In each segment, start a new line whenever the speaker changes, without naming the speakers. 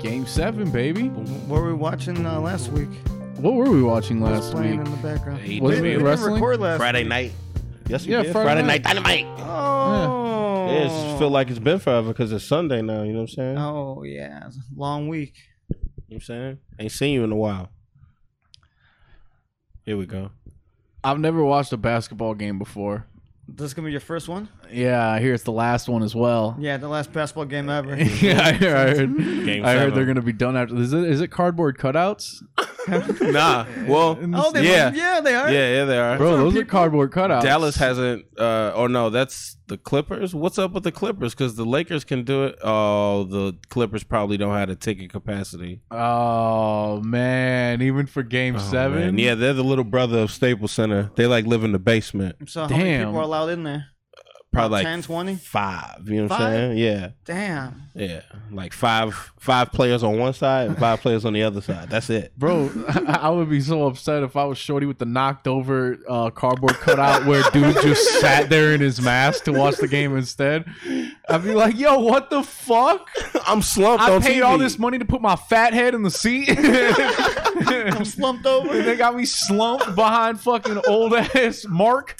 Game seven, baby.
What were we watching uh, last week?
What were we watching
What was
last
playing
week?
in the background.
Hey,
we
Was
didn't,
it
we didn't
wrestling?
record last
Friday
week.
night. Yes, we
Yeah,
did.
Friday
Friday,
night.
night. Dynamite.
Oh.
Yeah, it's just feel like it's been forever because it's Sunday now. You know what I'm saying?
Oh yeah, it's a long week.
You know what I'm saying? Ain't seen you in a while. Here we go.
I've never watched a basketball game before.
This is gonna be your first one.
Yeah, I hear it's the last one as well.
Yeah, the last basketball game ever.
Yeah, I heard. I heard,
Game
I heard
seven.
they're gonna be done after. Is it, is it cardboard cutouts,
Nah. Well,
oh, they
yeah.
yeah, yeah, they
yeah,
are.
yeah, they are.
bro? Those are cardboard cutouts.
Dallas hasn't. Uh, oh no, that's the Clippers. What's up with the Clippers? Because the Lakers can do it. Oh, the Clippers probably don't have the ticket capacity.
Oh man, even for Game
Oh,
seven.
man. Yeah, they're the little brother of Staples Center. They like live in the basement.
So how many
Damn.
people are allowed in there?
Probably like
10, 20?
five. You know what
Five?
I'm saying? Yeah,
Damn.
yeah. Like five, five players on one side and five players on the other side. That's it.
Bro, I I would be so upset if I was shorty with the knocked over uh, cardboard cutout where dude just sat there in his mask to watch the game instead. I'd be like, yo, what the fuck?
I'm slumped.
I
on
paid
TV.
all this money to put my fat head in the seat.
I'm slumped over.
they got me slumped behind fucking old ass Mark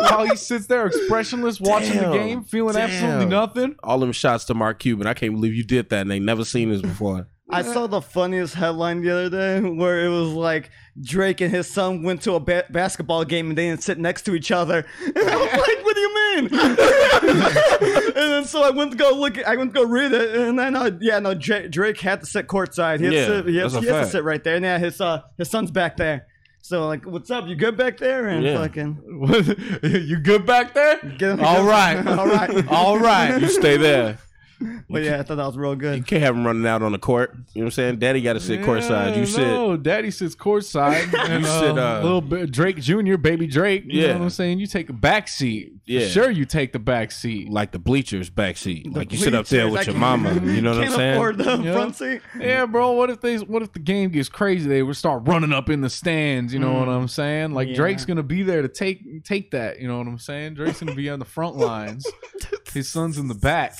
while he sits there expressionless watching
Damn.
the game, feeling absolutely
Damn.
nothing.
all them shots to Mark Cuban. I can't believe you did that, and they never seen this before.
I saw the funniest headline the other day where it was like Drake and his son went to a ba- basketball game and they didn't sit next to each other. And I'm like, what do you mean? and then so I went to go look. I went to go read it, and then uh, yeah, no, Dra- Drake had to sit courtside. He had, to,
Yeah,
sit, he had,
that's a
he had to
fact.
sit right there. And yeah, his uh, his son's back there. So like, what's up? You good back there? And
Yeah.
fucking
you good back there?
get him.
All right.
all right,
All right.
You stay there.
But yeah, I thought that was real
You
good.
can't have him running out on the court. You know what I'm saying? Daddy got to sit courtside. You sit.
No, daddy sits courtside. and,
You sit,
uh,
uh,
little bit, Drake Jr., baby Drake. You know
Yeah.
what I'm saying? You take a back seat.
Yeah.
Sure, you take the back seat.
Like the bleachers backseat. Like you
The
sit up there
bleachers, I
with your
can't-
mama. You know what I'm
Can't
saying?
afford the
Yeah.
front seat.
Yeah, bro. What if they? What if the game gets crazy? They would start running up in the stands. You know what I'm saying? Like
Yeah.
Drake's gonna be there to take take that. You know what I'm saying? Drake's gonna be on the front lines. His son's in the back.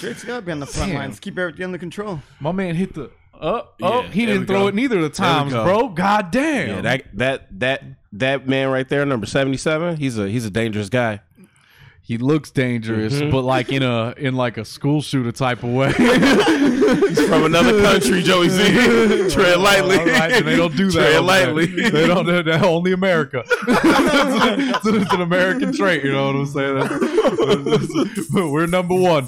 Drake's gotta be on the front
Damn.
lines. Keep everything under control.
My man hit the. Oh, oh,
Yeah,
he
there we
didn't throw
go.
it neither of the
we
times,
go.
bro. God damn.
Yeah, that that that that man right there, number seventy seven. He's a he's a dangerous guy.
he looks dangerous, but like in a in like a school shooter type of way.
He's from another country, Joey Z. Tread lightly.
All right, they don't do that. over
Tread
there.
lightly.
They don't. They're, they're only America. it's, it's an American trait. You know what I'm saying? That's- we're number one.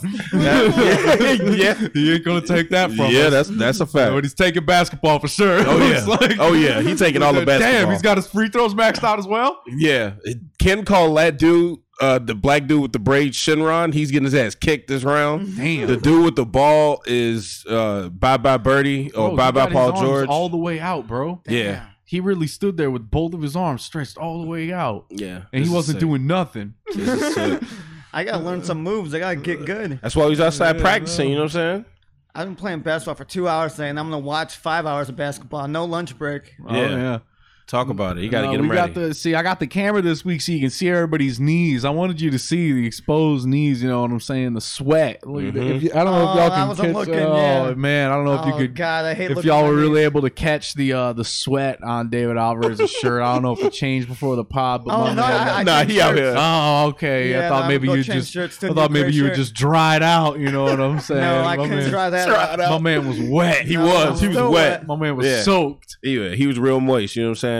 yeah,
He ain't gonna take that from
yeah,
us.
yeah. That's that's a
but
fact.
he's taking basketball for sure.
Oh
It's
yeah.
like-
oh yeah. He's taking all the basketball.
Damn, he's got his free throws maxed out as well.
Yeah, Ken called that dude uh, the black dude with the braid Shinron. He's getting his ass kicked this round.
Damn.
The dude with the ball is uh, Bye Bye Birdie or
Bro,
Bye
Oh, he
Bye
got his
Oh, Paul
arms
George.
all the way out, bro.
yeah,
He really stood there with both of his arms stretched all the way out,
yeah.
and he
This is
wasn't
sick.
doing nothing.
This is sick.
I gotta learn some moves. I gotta get good.
That's why he's outside practicing. You know what I'm saying?
I've been playing basketball for two hours today, and I'm gonna watch five hours of basketball. No lunch break.
Oh,
Yeah. Talk about it. You got to
No,
get him
we
ready.
Got the, see, I got the camera this week so you can see everybody's knees. I wanted you to see the exposed knees. You know what I'm saying? The sweat. Look at the-
Mm-hmm.
if you- I don't know
Oh,
if y'all
I
can
wasn't
catch.
looking,
oh
yeah.
man, I don't know if you
oh
could.
God, I hate.
If
looking
y'all
at
were
my
really
knees.
able to catch the uh, the sweat on David Alvarez's shirt, I don't know if it changed before the pod. But
Oh,
my man-
no, I- I
nah,
changed
he out
shirts.
here.
oh okay.
Yeah,
I
no,
thought
I'm
maybe
gonna
you
go change
just. I
shirts to a
thought
new
maybe
gray
you were
shirt.
just dried out. You know what I'm saying?
No, I
My
couldn't
man-
try that. out.
My man was wet.
He
No,
was. He was
still
wet.
My man was
Yeah.
soaked.
Yeah, he was real moist. You know what I'm saying?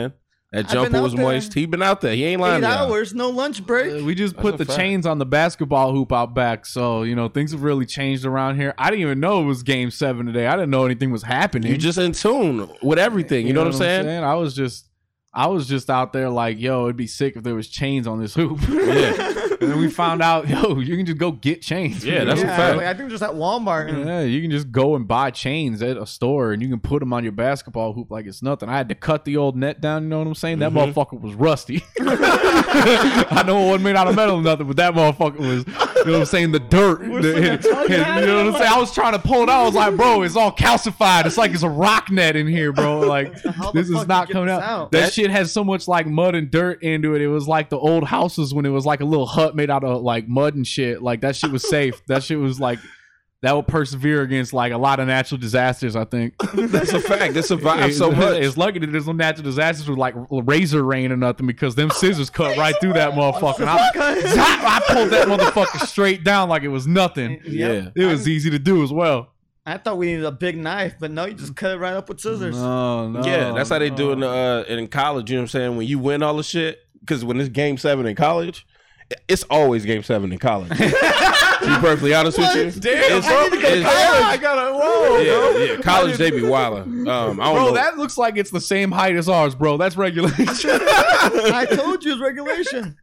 That
been
jumper
out
was
there.
moist. He been out there. He ain't lying.
Eight
to y'all.
hours, no lunch
Uh,
break.
We just put
a
the
fact.
chains on the basketball hoop out back, so you know things have really changed around here. I didn't even know it was Game Seven today. I didn't know anything was happening.
You just in tune with everything. You, know, what I'm saying?
I was just, I was just out there like, yo, it'd be sick if there was chains on this hoop.
Yeah,
and then we found out, yo, you can just go get chains.
Yeah, that's a
yeah,
fact.
Like, I think just at Walmart. and-
Yeah, you can just go and buy chains at a store and you can put them on your basketball hoop like it's nothing. I had to cut the old net down, you know what I'm saying? That motherfucker was rusty. I know it wasn't made out of metal or nothing, but that motherfucker was, you know what I'm saying, the dirt. The- you know what I'm saying? I was trying to pull it out. I was like, bro, it's all calcified. It's like it's a rock net in here, bro. Like, this
How the fuck
is
you
not
get
coming
this
out.
out?
That,
That-
shit has so much like mud and dirt into it. It was like the old houses when it was like a little hut made out of like mud and shit. Like, that shit was safe. that shit was like that will persevere against like a lot of natural disasters. I think
That's a fact. They survived
it's,
so much.
it's lucky that there's no natural disasters with like razor rain or nothing because them scissors cut right through that motherfucker. And I, Zap! I pulled that motherfucker straight down like it was nothing.
Yeah.
It was easy to do as well.
I thought we needed a big knife, but no, you just cut it right up with scissors.
No, no,
yeah, that's how they do it in,
Oh, no.
uh, in college. You know what I'm saying? When you win all the shit, because when it's game seven in college, it's always game seven in college. to be perfectly honest with you,
Damn,
it's,
I need to go
it's-
college. I gotta, whoa,
yeah,
bro.
yeah, college they be wilding. Um, I don't
Bro,
know.
that looks like it's the same height as ours, bro. That's regulation.
I told you it's regulation.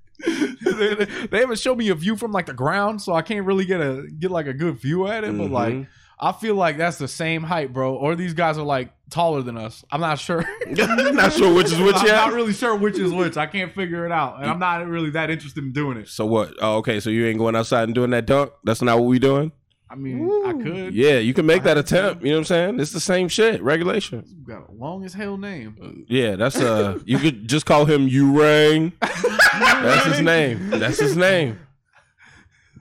they, they haven't shown me a view from like the ground, so I can't really get a get like a good view at it. But
Mhm.
like, I feel like that's the same height, bro. Or these guys are like taller than us. I'm not sure.
not sure which is which
I'm
yet.
not really sure which is which. I can't figure it out, and I'm not really that interested in doing it.
so what? Oh, okay. So you ain't going outside and doing that dunk? That's not what we doing.
I mean, I could.
Yeah, you can make that attempt. You know what I'm saying? It's the same shit. Regulation.
You Got a long as hell name.
Yeah, that's uh. you could just call him Urang. That's his name. That's his name.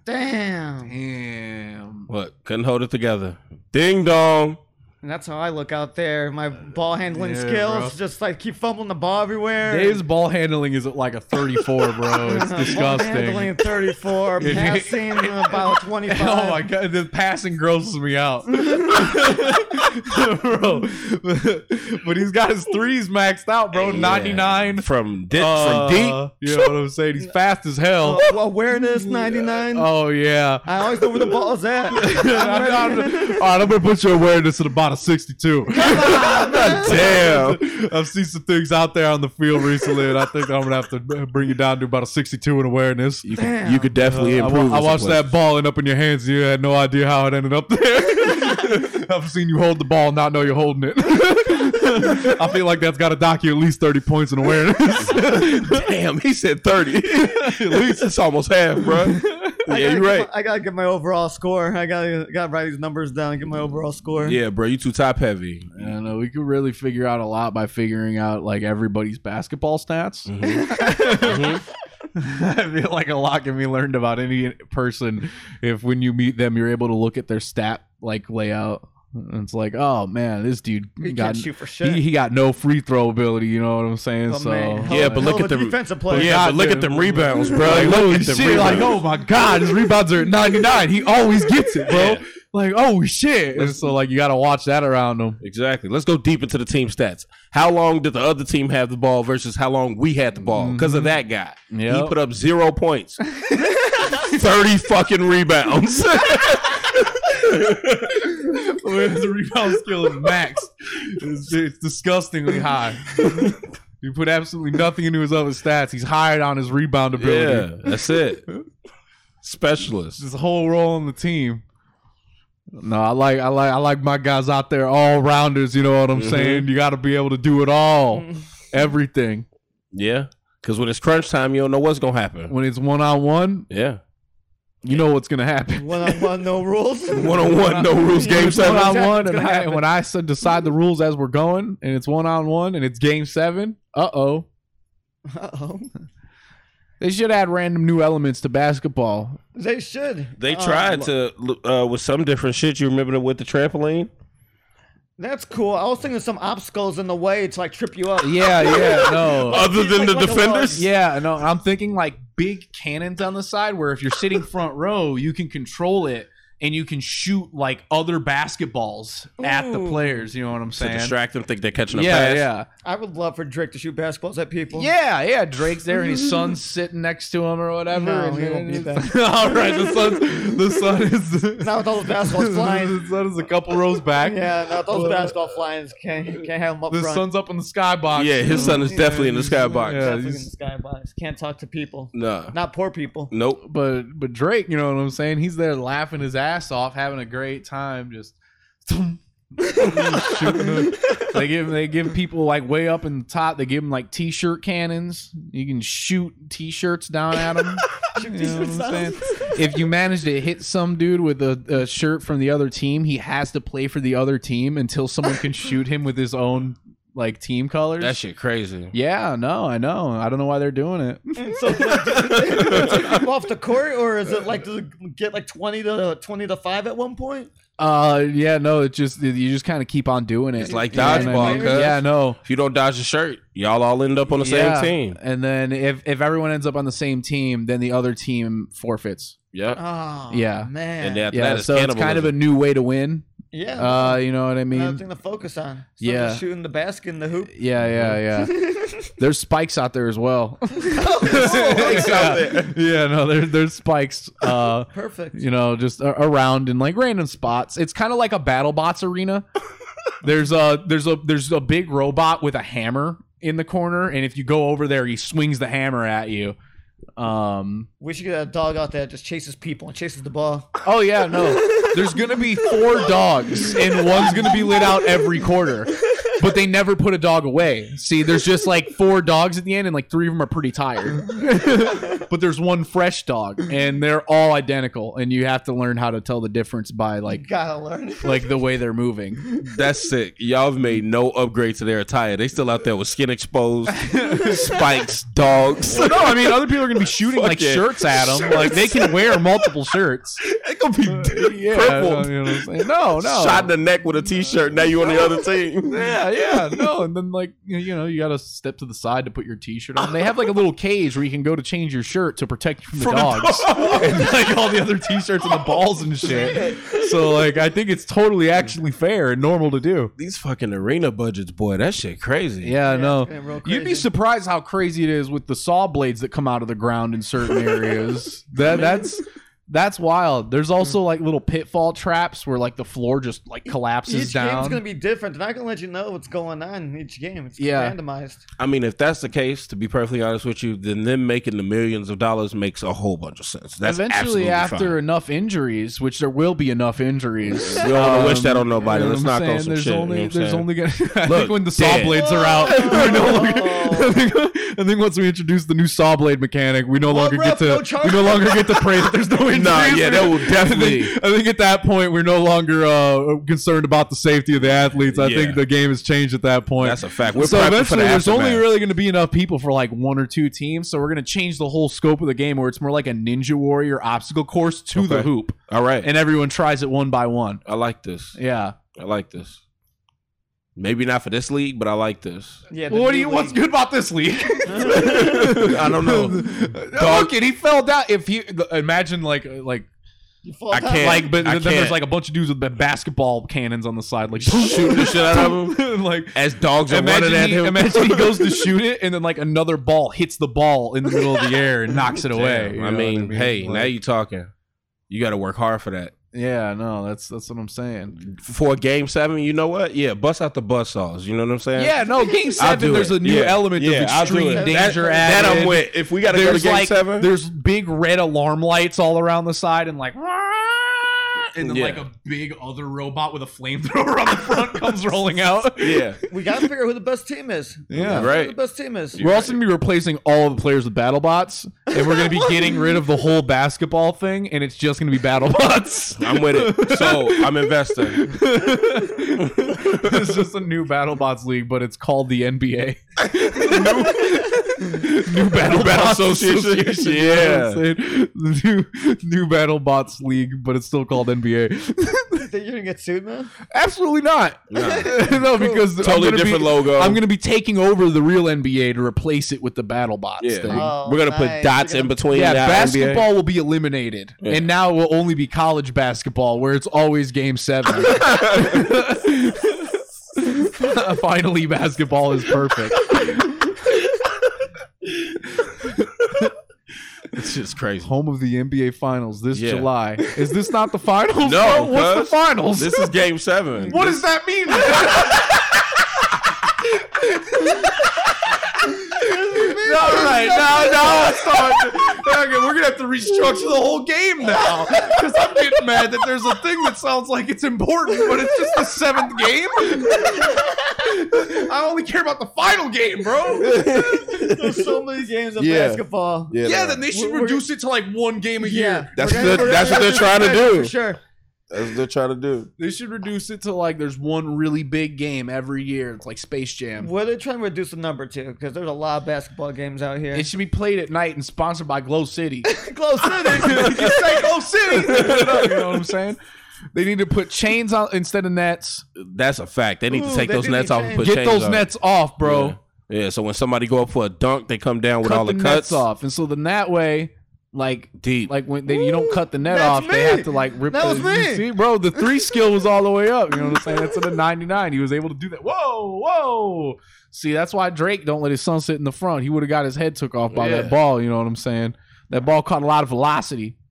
Damn.
Damn.
What? Couldn't hold it together. Ding dong.
And that's how I look out there. My ball handling
yeah,
skills,
bro.
just like keep fumbling the ball everywhere. Uh,
Dave's ball handling is at like a 34, bro. It's
Ball handling
disgusting.
34, passing about 25.
Oh my god, the passing grosses me out, bro. but he's got his threes maxed out, bro. 99
from di-
Oh, uh,
from deep.
You know what I'm saying? He's fast as hell.
Oh, awareness 99.
Oh yeah.
I always know where the ball's at.
I'm not- all right, I'm gonna put your awareness at about a 62.
Damn.
I've seen some things out there on the field recently, and I think I'm gonna have to bring you down to about a 62 in awareness.
You
Damn.
could, you could definitely
I,
improve.
wa- I
in some
watched
places.
that ball end up in your hands. You had no idea how it ended up there. I've seen you hold the ball, and not know you're holding it. I feel like that's got to dock you at least 30 points in awareness.
Damn, he said thirty. At least it's almost half, bro. Yeah,
I gotta
you're
get
right.
my- I gotta get my overall score. I gotta gotta write these numbers down. and Get my overall score.
Yeah, bro, you too top heavy.
I don't know. We could really figure out a lot by figuring out like everybody's basketball stats. Mm-hmm. I feel like a lot can be learned about any person if when you meet them, you're able to look at their stat like layout. And it's like, oh man, this dude
he
got
can't shoot for shit.
he, he got no free throw ability. You know what I'm saying?
But
so
Oh, man,
Yeah,
hell-
but
hell
look
of
at
a
the-
defensive
But
play.
yeah, but look at them rebounds, bro. Like, look
holy
at them
shit, like, oh
rebounds.
my god, his rebounds are at 99. He always gets it, bro. Like, oh shit. And so like you got to watch that around him.
Exactly. Let's go deep into the team stats. How long did the other team have the ball versus how long we had the ball? Because of that guy.
Yep.
He put up zero points, 30 fucking rebounds.
His rebound skill is max. It's, it's disgustingly high. He put absolutely nothing into his other stats. He's hired on his rebound ability.
yeah, that's it. Specialist.
His whole role on the team. No, I like I like I like my guys out there, all rounders. You know what I'm
Mm-hmm.
Mhm.
saying? You got to be able to do it all, everything.
Yeah. Because when it's crunch time, you don't know what's going to happen.
When it's one on one,
Yeah.
you know what's gonna happen.
One on one, no rules.
One on one, no rules, game
It's one
seven.
on one,
It's
and
gonna
I,
happen.
when I said decide the rules as we're going, and it's one on one, and it's game seven. Uh oh,
Uh-oh.
they should add random new elements to basketball.
They should.
They
Um,
tried to, uh, with some different shit. You remember with the trampoline?
That's cool. I was thinking some obstacles in the way to like trip you up.
Yeah, yeah, no,
Other than
like-
the
like a log.
defenders?
yeah, no. I'm thinking like big cannons on the side, where if you're sitting front row, you can control it. And you can shoot like other basketballs at the
Ooh.
players. You know what I'm
To
saying?
distract them, think they're catching a
yeah,
pass.
yeah.
I would love for Drake to shoot basketballs at people.
Yeah, yeah. Drake's there and his son's sitting next to him or whatever.
No,
and
he won't be there.
All right, the son, the son is
Now with all the basketballs flying.
the son is a couple rows back.
Yeah, now with all the basketball flying, can't can't have them up
The
front.
son's up in the skybox.
Yeah, his son is
Yeah,
definitely in the
he's-
skybox.
yeah,
Definitely in
he's-
the skybox. Can't talk to people.
Nah.
Not poor people.
Nope.
but but Drake, you know what I'm saying? He's there laughing his ass off, having a great time, just shooting. them. They give they give people like way up in the top. They give them like t-shirt cannons. You can shoot t-shirts down at them. You know what I'm saying? If you manage to hit some dude with a, a shirt from the other team, he has to play for the other team until someone can shoot him with his own like team colors.
That shit crazy.
Yeah, no, I know. I don't know why they're doing it.
And so, like, do they take him off the court, or is it like does it get like twenty to twenty to five at one point?
Uh, yeah, no, it just you just kind of keep on doing it.
It's like
You know what I
dodgeball,
mean?
cuz.
Yeah, no.
If you don't dodge the shirt, y'all all end up on the
Yeah.
same team.
And then if if everyone ends up on the same team, then the other team forfeits.
Yep.
Oh,
Yeah.
man,
And that,
Yeah,
that is
so it's kind of a new way to win.
yeah.
Uh, you know what I
another
mean?
thing to focus on. It's
Yeah.
not just shooting the basket in the hoop.
Yeah, yeah, yeah. There's spikes out there as well.
Oh,
yeah. yeah, no, there, there's spikes. Uh,
perfect.
you know, just a- around in like random spots. It's kind of like a BattleBots arena. there's a there's a there's a big robot with a hammer in the corner, and if you go over there, he swings the hammer at you. Um.
We should get a dog out there that just chases people and chases the ball.
Oh yeah, no. There's gonna be four dogs, and one's gonna be lit out every quarter. But they never put a dog away. See, there's just like four dogs at the end, and like three of them are pretty tired. but there's one fresh dog, and they're all identical, and you have to learn how to tell the difference by like
You gotta learn.
like the way they're moving.
That's sick. Y'all have made no upgrade to their attire. They still out there with skin exposed, spikes, dogs.
no, I mean other people are gonna be shooting
Fuck
like
yeah.
shirts at them. Like they can wear multiple shirts.
They gonna be
I
purple,
know, you know what I'm saying? No, no.
shot in the neck with a t-shirt. Now you on the other team.
yeah, yeah, no, and then like you you know you gotta step to the side to put your T-shirt on. They have like a little cage where you can go to change your shirt to protect you from the dogs and like all the other T-shirts and the balls and shit. So like I think it's totally actually fair and normal to do.
These fucking arena budgets, boy, that shit crazy.
Yeah, no,
getting real
you'd be
crazy.
surprised how crazy it is with the saw blades that come out of the ground in certain areas. that that's. That's wild. There's also like little pitfall traps where like the floor just like collapses
Each
down.
game's gonna be different. They're not gonna let you know what's going on in each game. It's
Yeah.
randomized.
I mean, if that's the case, to be perfectly honest with you, then them making the millions of dollars makes a whole bunch of sense. That's
eventually
absolutely
after
fine.
enough injuries, which there will be enough injuries.
We don't want
um,
to wish that on nobody.
you know
Let's
what I'm
knock on
saying?
some
there's
shit. you know
Only,
what I'm
there's
saying?
only gonna, I
Look,
think when the saw
dead.
blades are out, we're no longer.
Whoa.
I think, I think once we introduce the new saw blade mechanic, we no longer get
ref,
to
no charge.
we no longer get to pray that there's no injuries.
Nah, yeah, that will
I think- I
definitely.
think, at that point we're no longer uh, concerned about the safety of the athletes. I
Yeah.
think the game has changed at that point.
That's a fact. We're
so
prepping for
eventually,
the
there's only
aftermath.
really going to be enough people for like one or two teams. So we're going to change the whole scope of the game, where it's more like a Ninja Warrior obstacle course to the
Okay.
hoop,
All right,
and everyone tries it one by one.
I like this.
Yeah.
I like this. Maybe not for this league, but I like this.
Yeah. the
Well, what do you?
new
What's
league.
good about this league?
I don't know.
Look, and he fell down. If he imagine like like
You fall
I
down.
can't-
like, but
I
then there's
can't.
like a bunch of dudes with the basketball cannons on the side, like
Shooting the shit out of him
and, like
as dogs are
imagine
running at
he,
him.
imagine he goes to shoot it, and then like another ball hits the ball in the middle of the air and knocks it
Damn,
away. you know
I
what
mean, hey,
Like-
now you talking. You got to work hard for that.
Yeah, no, that's that's what I'm saying.
For game seven, you know what? Yeah, bust out the buzz saws. You know what I'm saying?
Yeah, no, game seven.
do
There's
it.
a new
Yeah.
element
Yeah,
of
I'll do
extreme
it.
danger.
That, that
added.
I'm with. If we got to go to
There's
game
like
seven,
there's big red alarm lights all around the side, and like. And then
Yeah.
like a big other robot with a flamethrower on the front comes rolling out.
yeah,
We gotta figure out who the best team is.
Yeah.
Who
Right.
The best team is.
We're also gonna be replacing all of the players with battle bots, and we're gonna be getting rid of the whole basketball thing, and it's just gonna be battle bots.
I'm with it. So I'm investing.
it's just a new BattleBots league, but it's called the NBA. new, new BattleBots
Battle
Association.
Association,
you know what I'm saying? new new BattleBots league, but it's still called NBA.
You think you're gonna get sued, man.
Absolutely not. No, because I'm
Totally
gonna
different
be,
logo.
I'm going to be taking over the real NBA to replace it with the BattleBots
Yeah.
thing.
Oh,
We're gonna put
nice.
dots
You're
in
gonna-
between.
yeah,
that
basketball will be eliminated,
Yeah.
and now it will only be college basketball, where it's always game seven. Finally, basketball is perfect.
It's just crazy.
Home of the NBA Finals this
Yeah.
July. Is this not the finals?
No,
bro? what's the
cuz.
finals?
This is game seven.
what does that mean? All right, no, no, sorry. Okay, we're gonna have to restructure the whole game now because I'm getting mad that there's a thing that sounds like it's important, but it's just the seventh game. I only care about the final game, bro.
There's so many games of
Yeah.
basketball.
Yeah, then they should
We're- we're-
reduce it to like one game a
Yeah,
year.
That's
We're
what-
we're
that's what they're
do
trying to
that
do.
For sure.
That's what they're trying to do.
They should reduce it to like there's one really big game every year. It's like Space Jam.
What are they trying to reduce the number to? Because there's a lot of basketball games out here.
It should be played at night and sponsored by Glow City.
Glow City.
you say Glow City, you know what I'm saying? They need to put chains on instead of nets.
That's a fact. They need
Ooh,
to take
they
those
do
nets
need
off and put
Get
chains
those
on.
nets off, bro.
Yeah. Yeah, so when somebody go up for a dunk, they come down with
cut
all the,
the
cuts
nets off, and so then that way, like
deep.
like when they, you don't cut the net
That's
off, they
me.
have to like rip.
That
the,
was me.
you See, bro, the three skill was all the way up. You know what I'm saying? That's in the '99. He was able to do that. Whoa, whoa. See, that's why Drake don't let his son sit in the front. He would have got his head took off by
Yeah.
that ball. You know what I'm saying? That ball caught a lot of velocity.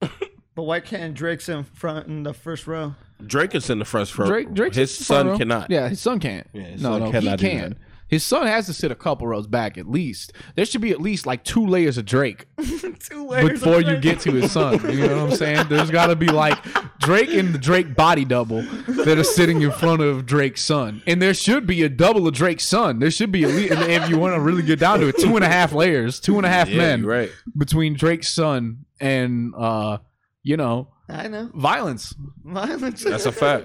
but why can't Drake's in front in the first row?
Drake is in the first row.
Drake, Drake,
his son cannot.
Yeah, his son can't.
Yeah, his
no,
son
no,
cannot
he
do
can.
that.
His son has to sit a couple rows back at least. There should be at least like two layers of Drake.
Two layers. of
before you
Drake.
get to his son. You know what I'm saying? There's got to be like Drake and the Drake body double that are sitting in front of Drake's son, and there should be a double of Drake's son. There should be at least, and if you want to really get down to it, two and a half layers, two and a half
Yeah,
men
you're right.
between Drake's son and uh, you know,
I know.
violence.
Violence.
That's a fact.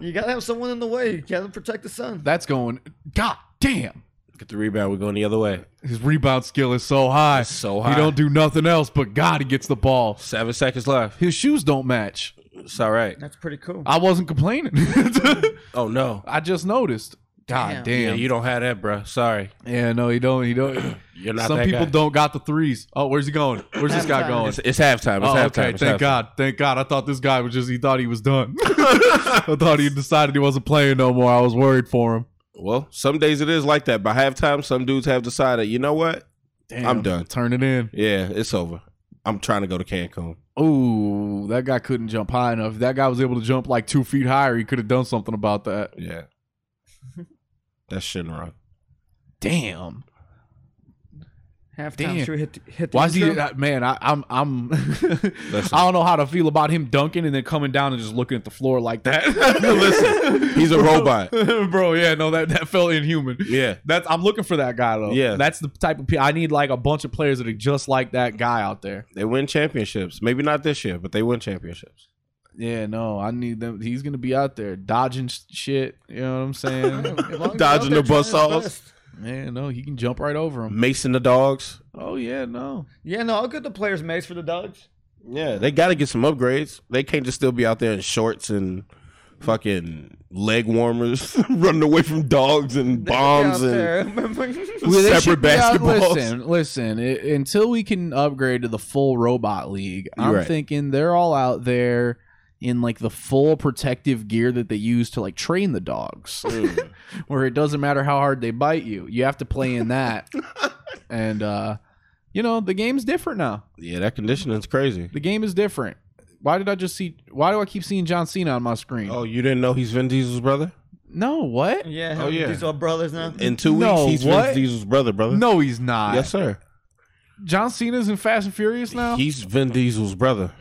You gotta have someone in the way. You gotta protect the sun.
That's going. God damn.
Get the rebound. We're going the other way.
His rebound skill is so high.
It's so high.
He don't do nothing else, but God, he gets the ball.
Seven seconds left.
His shoes don't match.
It's all right.
That's pretty cool.
I wasn't complaining.
Oh no.
I just noticed.
Damn.
God damn.
Yeah, you don't have that, bruh. Sorry.
Yeah, no, he don't. He don't.
You're not
Some
that
people
guy.
don't got the threes. Oh, where's he going? Where's this guy
Halftime.
going?
It's, it's halftime. It's
oh,
halftime.
okay.
It's
Thank
halftime.
God. Thank God. I thought this guy was just. He thought he was done. I thought he decided he wasn't playing no more. I was worried for him.
Well, some days it is like that. By halftime, some dudes have decided, you know what?
Damn.
I'm done.
Turn it in.
Yeah, it's over. I'm trying to go to Cancun.
Ooh, that guy couldn't jump high enough. If that guy was able to jump like two feet higher, he could have done something about that.
Yeah. That's Shinra.
Damn.
Halftime
Damn.
should we hit the, hit the
Why is he?
intro?
uh, Man, I, I'm. I'm. I don't know how to feel about him dunking and then coming down and just looking at the floor like that.
Listen, he's a robot.
bro. Yeah, no, that that felt inhuman.
Yeah.
That's I'm looking for that guy though.
Yeah.
that's the type of pe- I need like a bunch of players that are just like that guy out there.
They win championships. Maybe not this year, but they win championships.
Yeah, no, I need them. He's gonna be out there dodging sh- shit. You know what I'm saying?
As long as
Dodging
they're out
the
there
bus
trying their
saws.
best.
Man, no, he can jump right over him.
Mason the dogs.
Oh yeah, no.
Yeah, no, I'll get the players mates for the dogs.
Yeah, they got to get some upgrades. They can't just still be out there in shorts and fucking leg warmers, running away from dogs and bombs
and
and
Well, they
separate
should be out-
basketballs.
listen, listen. i- until we can upgrade to the full robot league, I'm
You're right.
thinking they're all out there in like the full protective gear that they use to like train the dogs,
Mm.
where it doesn't matter how hard they bite you. You have to play in that, and uh, you know the game's different now.
yeah, that conditioning's crazy.
The game is different. Why did I just see? Why do I keep seeing John Cena on my screen?
Oh, you didn't know he's Vin Diesel's brother?
No, what?
yeah,
Oh, yeah.
these are brothers now.
In two
No,
weeks, he's
what?
Vin Diesel's brother, brother.
No, he's not.
yes, sir.
John Cena's in Fast and Furious now.
He's Vin Diesel's brother.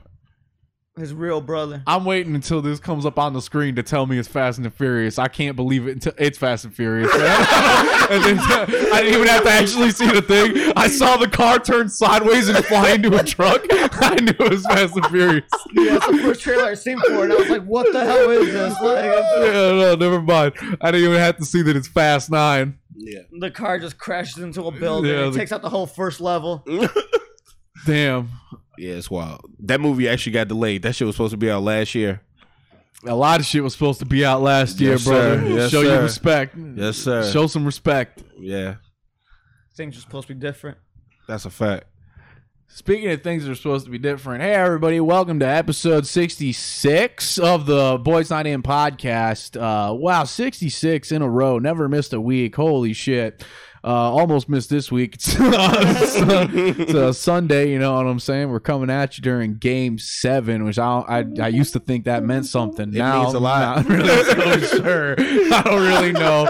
His real brother.
I'm waiting until this comes up on the screen to tell me it's Fast and the Furious. I can't believe it until it's Fast and Furious. And then- I didn't even have to actually see the thing. I saw the car turn sideways and fly into a truck. I knew it was Fast and Furious.
Yeah, that's the first trailer I seen for it. I was like, what the hell is this? Like,
Yeah, no, never mind. I didn't even have to see that it's Fast Nine.
Yeah.
the car just crashes into a building.
Yeah,
it
the-
takes out the whole first level.
Damn,
Yeah, it's wild. That movie actually got delayed. That shit was supposed to be out last year.
a lot of shit was supposed to be out last year,
Yes,
brother.
sir. Yes,
Show you
sir.
respect.
Yes, sir.
Show some respect.
yeah,
Things are supposed to be different.
that's a fact.
Speaking of things that are supposed to be different, hey everybody, welcome to episode 66 of the Boys Not In podcast. Uh, wow, 66 in a row, never missed a week. Holy shit. Uh, almost missed this week. It's, uh, it's a Sunday, you know what I'm saying? We're coming at you during game seven, which I, don't- I, I used to think that meant something. It now,
means a lot.
I'm not really so sure. I don't really know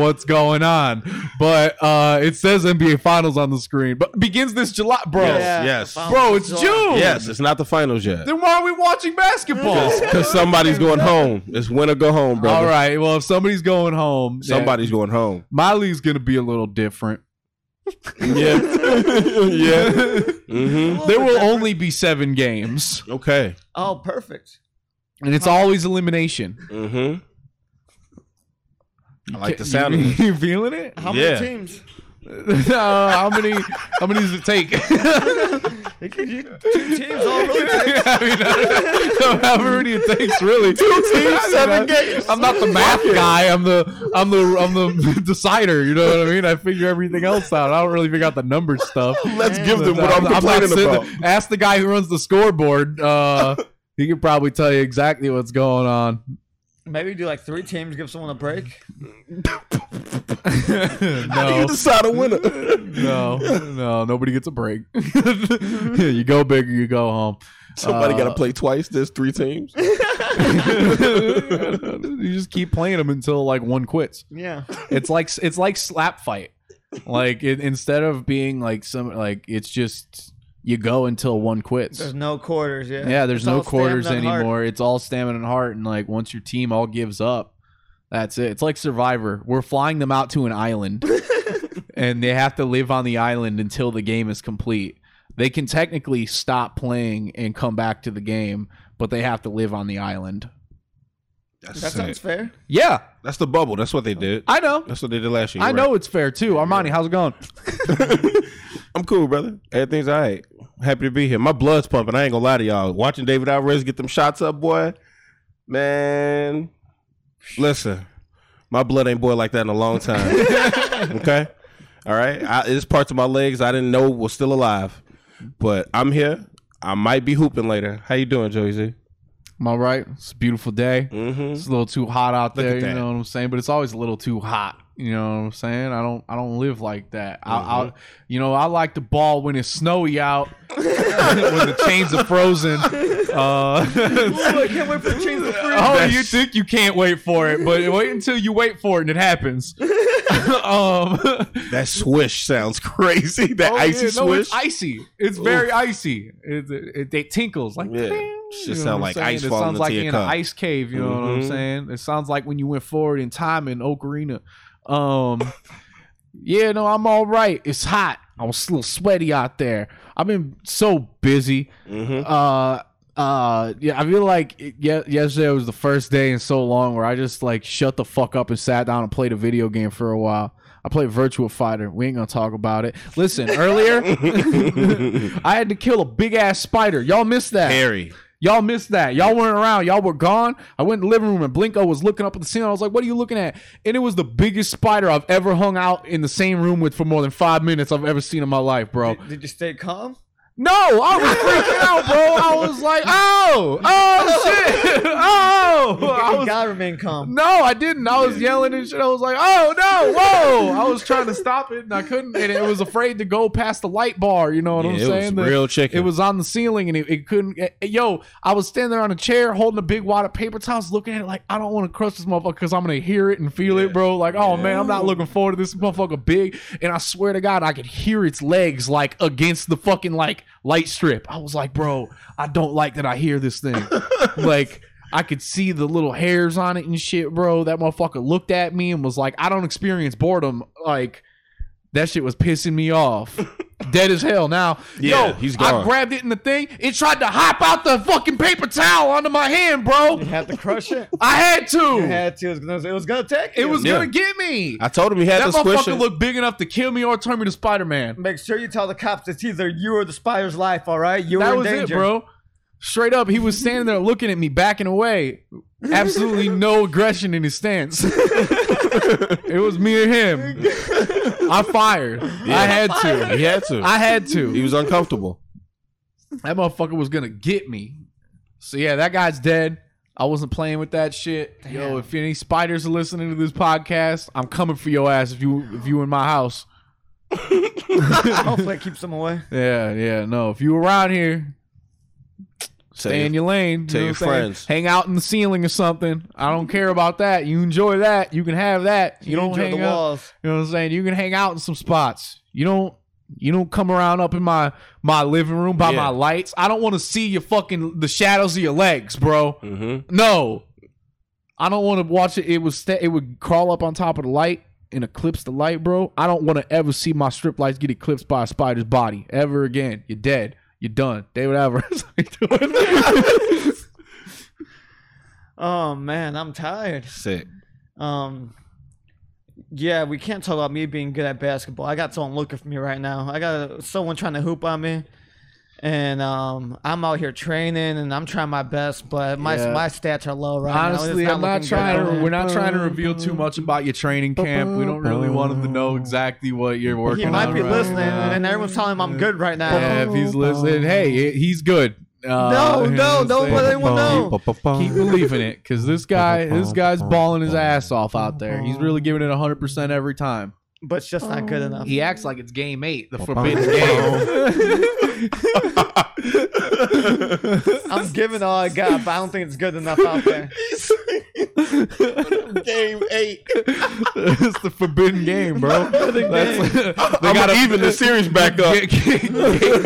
what's going on. But uh, it says NBA Finals on the screen, but begins this July, bro.
Yes, yes.
the
Bro, it's
finals are-
June.
Yes, it's not the finals yet.
Then why are we watching basketball?
Because somebody's going home. It's win or go home, brother.
All right. Well, if somebody's going home, yeah,
Somebody's going home.
my league's gonna be a little different.
Yeah. yeah. Mm-hmm.
Well,
There
but
will
that-
only be seven games.
Okay.
Oh, perfect.
and it's always elimination.
Mm-hmm. I like the
You-
sound of
You,
it.
you feeling it?
How
Yeah.
many teams?
Uh, how many? How many does it take?
Two teams all really.
I mean, uh, however many it takes, really. Two teams,
seven games.
I'm not the math guy. I'm the I'm the I'm the decider. You know what I mean? I figure everything else out. I don't really figure out the number stuff.
Let's give them what
I'm-
I'm,
I'm not
complaining
sitting-
about.
Ask the guy who runs the scoreboard. Uh, he can probably tell you exactly what's going on.
Maybe do like three teams, give someone a break.
How do you
no,
decide a winner?
no, no. Nobody gets a break. Yeah, you go big or you go home.
Somebody
Uh,
got to play twice. There's three teams.
you just keep playing them until like one quits.
Yeah.
It's like it's like slap fight. Like it, instead of being like some like it's just you go until one quits.
There's no quarters. Yeah.
yeah, there's
It's
no
all stamina
quarters
and heart.
anymore. It's all stamina and heart and like once your team all gives up, that's it. It's like Survivor. We're flying them out to an island and they have to live on the island until the game is complete. They can technically stop playing and come back to the game, but they have to live on the island.
That's,
That sounds fair.
Yeah,
That's the bubble. That's what they did.
I know.
That's what they did last year.
I
You're
know it's fair too. Armani, how's it going?
I'm cool, brother. Everything's all right. Happy to be here. My blood's pumping. I ain't gonna lie to y'all. Watching David Alvarez get them shots up, boy. Man, listen, my blood ain't boiled like that in a long time. okay, all right. I, there's parts of my legs I didn't know was still alive, but I'm here. I might be hooping later. How you doing, Joey Z?
I'm all right. It's a beautiful day.
Mm-hmm.
It's a little too hot out there.
at
You
that.
know what I'm saying? But it's always a little too hot. You know what I'm saying? I don't. I don't live like that. I,
Mm-hmm.
I, you know, I like the ball when it's snowy out, when the chains are frozen. Uh,
Ooh, I can't wait for the chains to freeze.
oh, you think you can't wait for it, but wait until you wait for it and it happens. um,
That swish sounds crazy. That
Oh,
icy
yeah, no,
swish.
it's icy. It's very icy. It, it, it tinkles like
Yeah.
"Ting,"
Just
you know
sound
what I'm
like
saying?
ice
It
falling
sounds
into
like
your
in
cup.
an ice cave. You know what I'm
Mhm.
saying? It sounds like when you went forward in time in Ocarina. Um, yeah, no, I'm all right. It's hot. I was a little sweaty out there. I've been so busy.
mm-hmm.
Uh, uh, yeah, I feel like it, ye- yesterday was the first day in so long where I just like shut the fuck up and sat down and played a video game for a while. I played Virtual Fighter. We ain't gonna talk about it. Listen, earlier I had to kill a big ass spider. Y'all missed that.
Harry.
Y'all missed that. Y'all weren't around. Y'all were gone. I went in the living room and Blinko was looking up at the ceiling. I was like, "What are you looking at?" And it was the biggest spider I've ever hung out in the same room with for more than five minutes I've ever seen in my life, bro.
Did, did you stay calm?
No, I was freaking out, bro. I was like, oh, oh shit, oh. I
You
was,
gotta remain calm.
no, I didn't. I was yelling and shit. I was like, oh no, whoa. I was trying to stop it and I couldn't, and it was afraid to go past the light bar. You know what
Yeah,
I'm
it
saying? The-
was real chicken.
it was on the ceiling and it, it couldn't. eh, yo, I was standing there on a chair holding a big wad of paper towels, looking at it like I don't want to crush this motherfucker because I'm gonna hear it and feel it, bro. Like, oh man, I'm not looking forward to this motherfucker big. And I swear to God, I could hear its legs like against the fucking like light strip. I was like, bro, I don't like that I hear this thing. like. I could see the little hairs on it and shit, bro. That motherfucker looked at me and was like, I don't experience boredom. Like, that shit was pissing me off. Dead as hell now.
Yeah,
Yo,
he's
I
gone.
grabbed it in the thing. It tried to hop out the fucking paper towel onto my hand, bro.
You had to crush it.
I had to.
You had to. It was gonna, it was gonna take
it
you.
was
Yeah.
gonna get me.
I told him he had
that
to squish
motherfucker
it.
looked big enough to kill me or turn me to Spider Man.
Make sure you tell the cops it's either you or the spider's life, all right? You're
That
in
was
danger.
it, bro. Straight up, he was standing there looking at me, backing away. Absolutely no aggression in his stance. it was me and him. I fired. I had to.
he had to.
I had to.
he was uncomfortable.
That motherfucker was gonna get me. So yeah, that guy's dead. I wasn't playing with that shit. Yo, if any spiders are listening to this podcast, I'm coming for your ass if you if you in my house.
Hopefully it keeps them away.
Yeah, yeah, no. If you around here, stay in your lane. You
tell
know
your
what I'm saying?
friends.
Hang out in the ceiling or something. I don't care about that. You enjoy that. You can have that. You, don't
enjoy
hang
the
out.
walls.
You know what I'm saying? You can hang out in some spots. You don't you don't come around up in my my living room by
Yeah.
my lights. I don't want to see your fucking the shadows of your legs, bro.
Mm-hmm.
No. I don't want to watch it. It was sta it would crawl up on top of the light and eclipse the light, bro. I don't want to ever see my strip lights get eclipsed by a spider's body ever again. You're dead. You're done. David Alvarez. how you doing?
Oh man, I'm tired.
Sick.
Um, yeah, we can't talk about me being good at basketball. I got someone looking for me right now. I got someone trying to hoop on me, and um, I'm out here training and I'm trying my best, but my
Yeah.
my stats are low right
Honestly,
now. It's
I'm not
looking good out
trying to.
there.
We're not trying to reveal too much about your training camp. We don't really want him to know exactly what you're working
He
on.
might be
right
listening,
now.
and everyone's telling him I'm good right now.
Yeah, if he's listening, hey, he's good. Uh,
No,
you
no,
know what
don't
I'm
let
saying?
anyone know.
Keep believing it, because this guy, this guy's balling his ass off out there. He's really giving it 100 percent every time.
but it's just not good enough.
He acts like it's game eight, the forbidden game.
I'm giving all I got, but I don't think it's good enough out there.
Game eight.
it's the forbidden game, bro. That's- they
They got
gotta-
even the series back up.
Ga- ga- game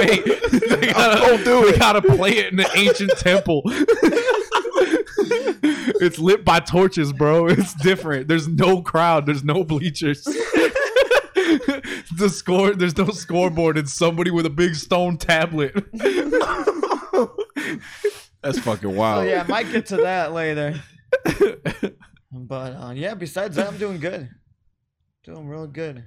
eight. They gotta,
Don't do
they gotta play it in the ancient temple. it's lit by torches, bro. It's different. There's no crowd. There's no bleachers. the score. There's no scoreboard. It's somebody with a big stone tablet.
That's fucking
Oh
wild.
yeah, I might get to that later. But uh, yeah, besides that, I'm doing good. Doing real good.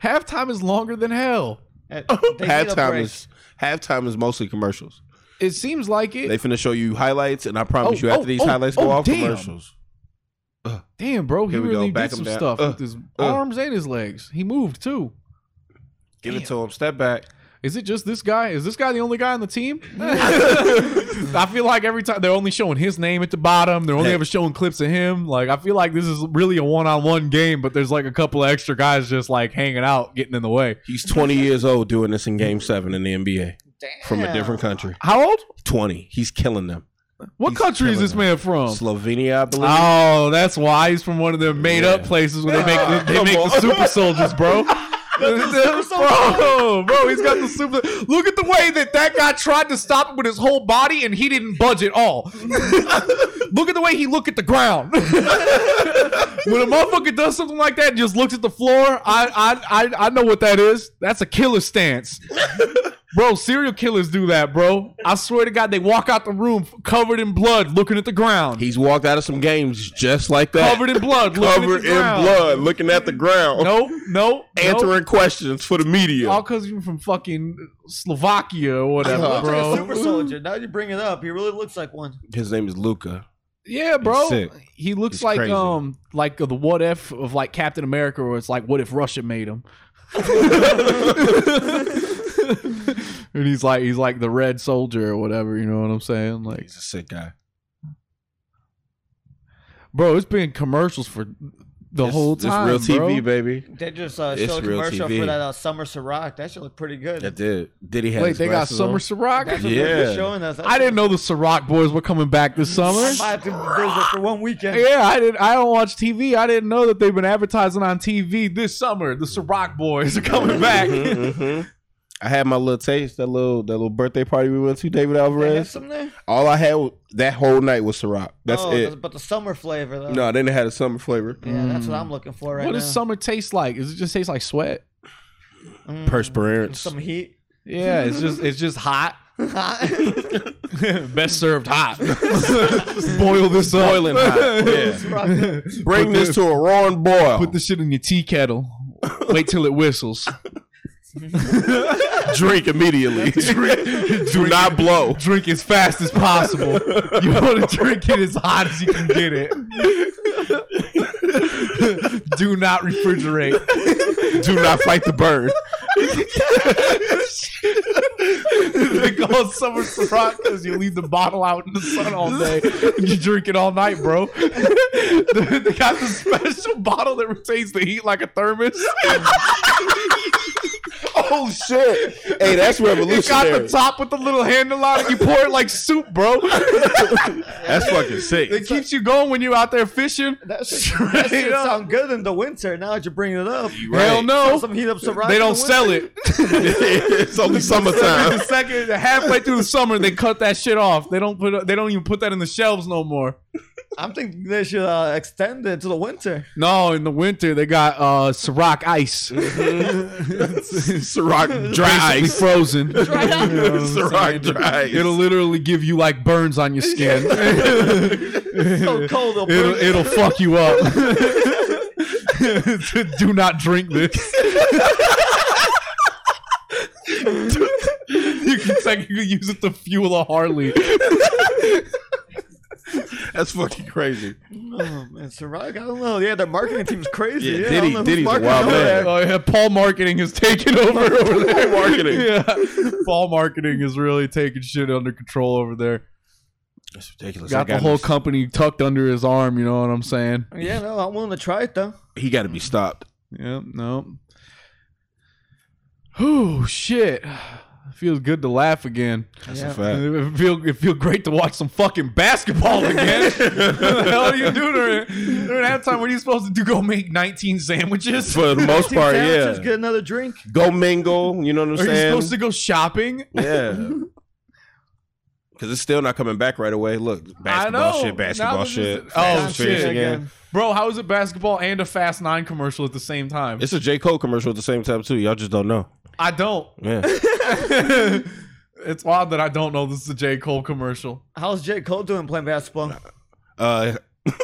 Halftime is longer than hell.
Uh, they need a
Halftime
break.
is halftime is mostly commercials.
It seems like it.
They finna show you highlights, and I promise
Oh,
you, after
oh,
these
oh,
highlights
oh,
go off,
damn.
commercials.
Damn, bro, he
Here we go.
really
Back
did
him
some
down.
stuff
Uh,
with his
uh.
arms and his legs. He moved too.
Give it to him. Step back.
Is it just this guy? Is this guy the only guy on the team? I feel like every time they're only showing his name at the bottom. They're only
Hey.
ever showing clips of him. Like I feel like this is really a one-on-one game, but there's like a couple of extra guys just like hanging out, getting in the way.
He's 20 years old doing this in Game Seven in the NBA from a
Damn.
different country.
How old?
20. He's killing them.
What
He's
country is
killing
this
them.
man from?
Slovenia, I believe.
Oh, that's why he's from one of them made-up places where they make they
come
make
on.
the super soldiers, bro. bro, bro, he's got the super. Look at the way that that guy tried to stop it with his whole body, and he didn't budge at all. look at the way he looked at the ground. when a motherfucker does something like that and just looks at the floor, I I I, I know what that is. That's a killer stance. Bro, serial killers do that, bro. I swear to God, they walk out the room covered in blood, looking at the ground.
He's walked out of some games just like that.
covered in blood. looking at
Covered
the
in
ground.
blood, looking at the ground,
Nope, nope.
answering
nope.
questions for the media.
All because you're from fucking Slovakia or whatever,
Uh-huh.
Looks like
bro.
a super soldier. Now you bring it up, he really looks like one.
His name is Luca.
Yeah, bro.
sick.
He looks
He's
like
crazy.
um like the what if of like Captain America, where it's like what if Russia made him. and he's like he's like the red soldier or whatever, you know what I'm saying? Like
He's a sick guy.
bro, it's been commercials for the
It's-
whole time.
it's real
bro.
TV, baby.
They just uh,
It's
showed a
real
commercial
TV.
for that uh, Summer Ciroc. That should look pretty good.
That did. Did he have?
Wait,
his
they got
glasses
Summer
on?
That's
Ciroc?
what they're
Yeah.
showing us.
I didn't know the Ciroc boys were coming back this summer.
I might have to visit for one weekend.
Yeah, I didn't. I don't watch TV. I didn't know that they've been advertising on TV this summer. The Ciroc boys are coming back.
Mhm, mhm. I had my little taste, that little that little birthday party we went to, David
They had
Alvarez.
some there?
All I had was- that whole night was Ciroc. That's
Oh,
it.
But the summer flavor though.
No, then it had a summer flavor.
Mm-hmm.
Yeah, that's what I'm looking for right
what
now.
does summer taste like? Does it just taste like sweat?
Mm,
Perspirance.
Some heat.
Yeah, it's just it's just hot. Best served hot. Boil this up.
Boiling hot. Yeah.
Ciroc.
Bring
Put
this
the-
to a roaring boil.
Put the shit in your tea kettle. Wait till it whistles.
drink immediately. Do not blow.
Drink as fast as possible. You want to drink it as hot as you can get it. Do not refrigerate.
Do not fight the burn.
they call it summer Ciroc because you leave the bottle out in the sun all day. and You drink it all night, bro. they they got the special bottle that retains the heat like a thermos.
Oh shit! Hey, that's
It got the
revolutionary.
top with the little handle on it. You pour it like soup, bro.
That's fucking sick.
It keeps you going when you're out there fishing.
That should,
Straight
that should
up.
sound good in the winter. Now that you're bringing it up,
Hell
Throw
no.
some heat up Ciroc
They
in the
don't sell
winter.
it.
it's only summertime.
the second halfway through the summer, they cut that shit off. They don't put. They don't even put that in the shelves no more.
I'm thinking they should uh, extend it to the winter.
No, in the winter they got uh Ciroc ice.
Ciroc dry
Basically
ice.
frozen.
Ciroc dry ice.
It'll literally give you like burns on your skin.
It's so cold.
it'll
it'll burn you.
it'll fuck you up. Do not drink this. you can technically use it to fuel a Harley.
Oh, That's fucking crazy.
Oh man, Ciroc, I don't know. Yeah, their marketing team's crazy.
Yeah,
Yeah,
Diddy-
I don't know who's
Diddy's a
marketing
wild
over
man.
there.
Oh yeah, Paul marketing is taking over over there.
marketing.
Yeah, Paul marketing is really taking shit under control over there.
That's ridiculous. I
Got the
gotta
whole
be-
company tucked under his arm. You know what I'm saying?
Yeah, no, I'm willing to try it though.
he got to be stopped.
Yep. No. Oh shit! Feels good to laugh again.
That's
Yeah.
a fact.
It feel it feel great to watch some fucking basketball again. what the hell do you do during during that time? What are you supposed to do? Go make 19 sandwiches?
For the most
Team
part,
sandwiches,
yeah.
Get another drink.
Go mingle. You know what I'm
are you
saying?
supposed to go shopping?
yeah. Because it's still not coming back right away. Look, basketball
know.
shit,
Now
basketball
this
shit.
is- Oh,
Fast
shit.
finish
Again.
Bro, how is it basketball and a Fast Nine commercial at the same time?
It's a J. Cole commercial at the same time, too. Y'all just don't know.
I don't.
Yeah.
it's odd that I don't know this is a J. Cole commercial.
How's J. Cole doing playing basketball?
Uh, I,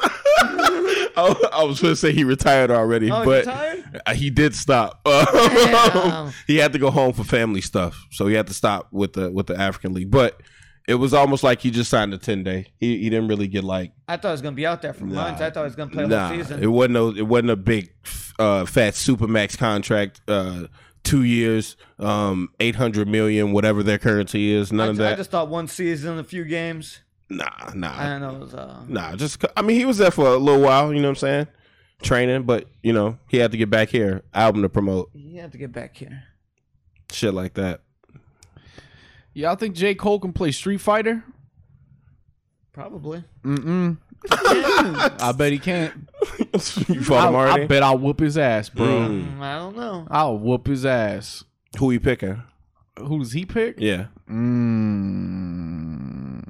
I was going to say he retired already,
Oh,
but
you tired?
Uh, he did stop.
Damn.
he had to go home for family stuff, so he had to stop with the with the African League. But it was almost like he just signed a ten day. He he didn't really get like
I thought he was gonna be out there for months. I thought he was gonna play
nah.
whole season.
It wasn't no it wasn't a big uh, fat supermax contract. Uh, two years, um, eight hundred million, whatever their currency is. None
I,
of
I
that.
just thought one season, a few games.
nah,
I
nah,
don't know. It was, uh,
nah. Just c- I mean, he was there for a little while. You know what I'm saying? Training, but you know he had to get back here. Album to promote,
you have to get back here.
shit like that.
Y'all think J. Cole can play Street Fighter?
Probably.
Mm-mm. I bet he can't.
you fought
I,
him already.
I bet I'll whoop his ass, bro.
Mm.
Mm, I don't know.
I'll whoop his ass.
Who you picking?
Who does he pick?
Yeah.
Mm.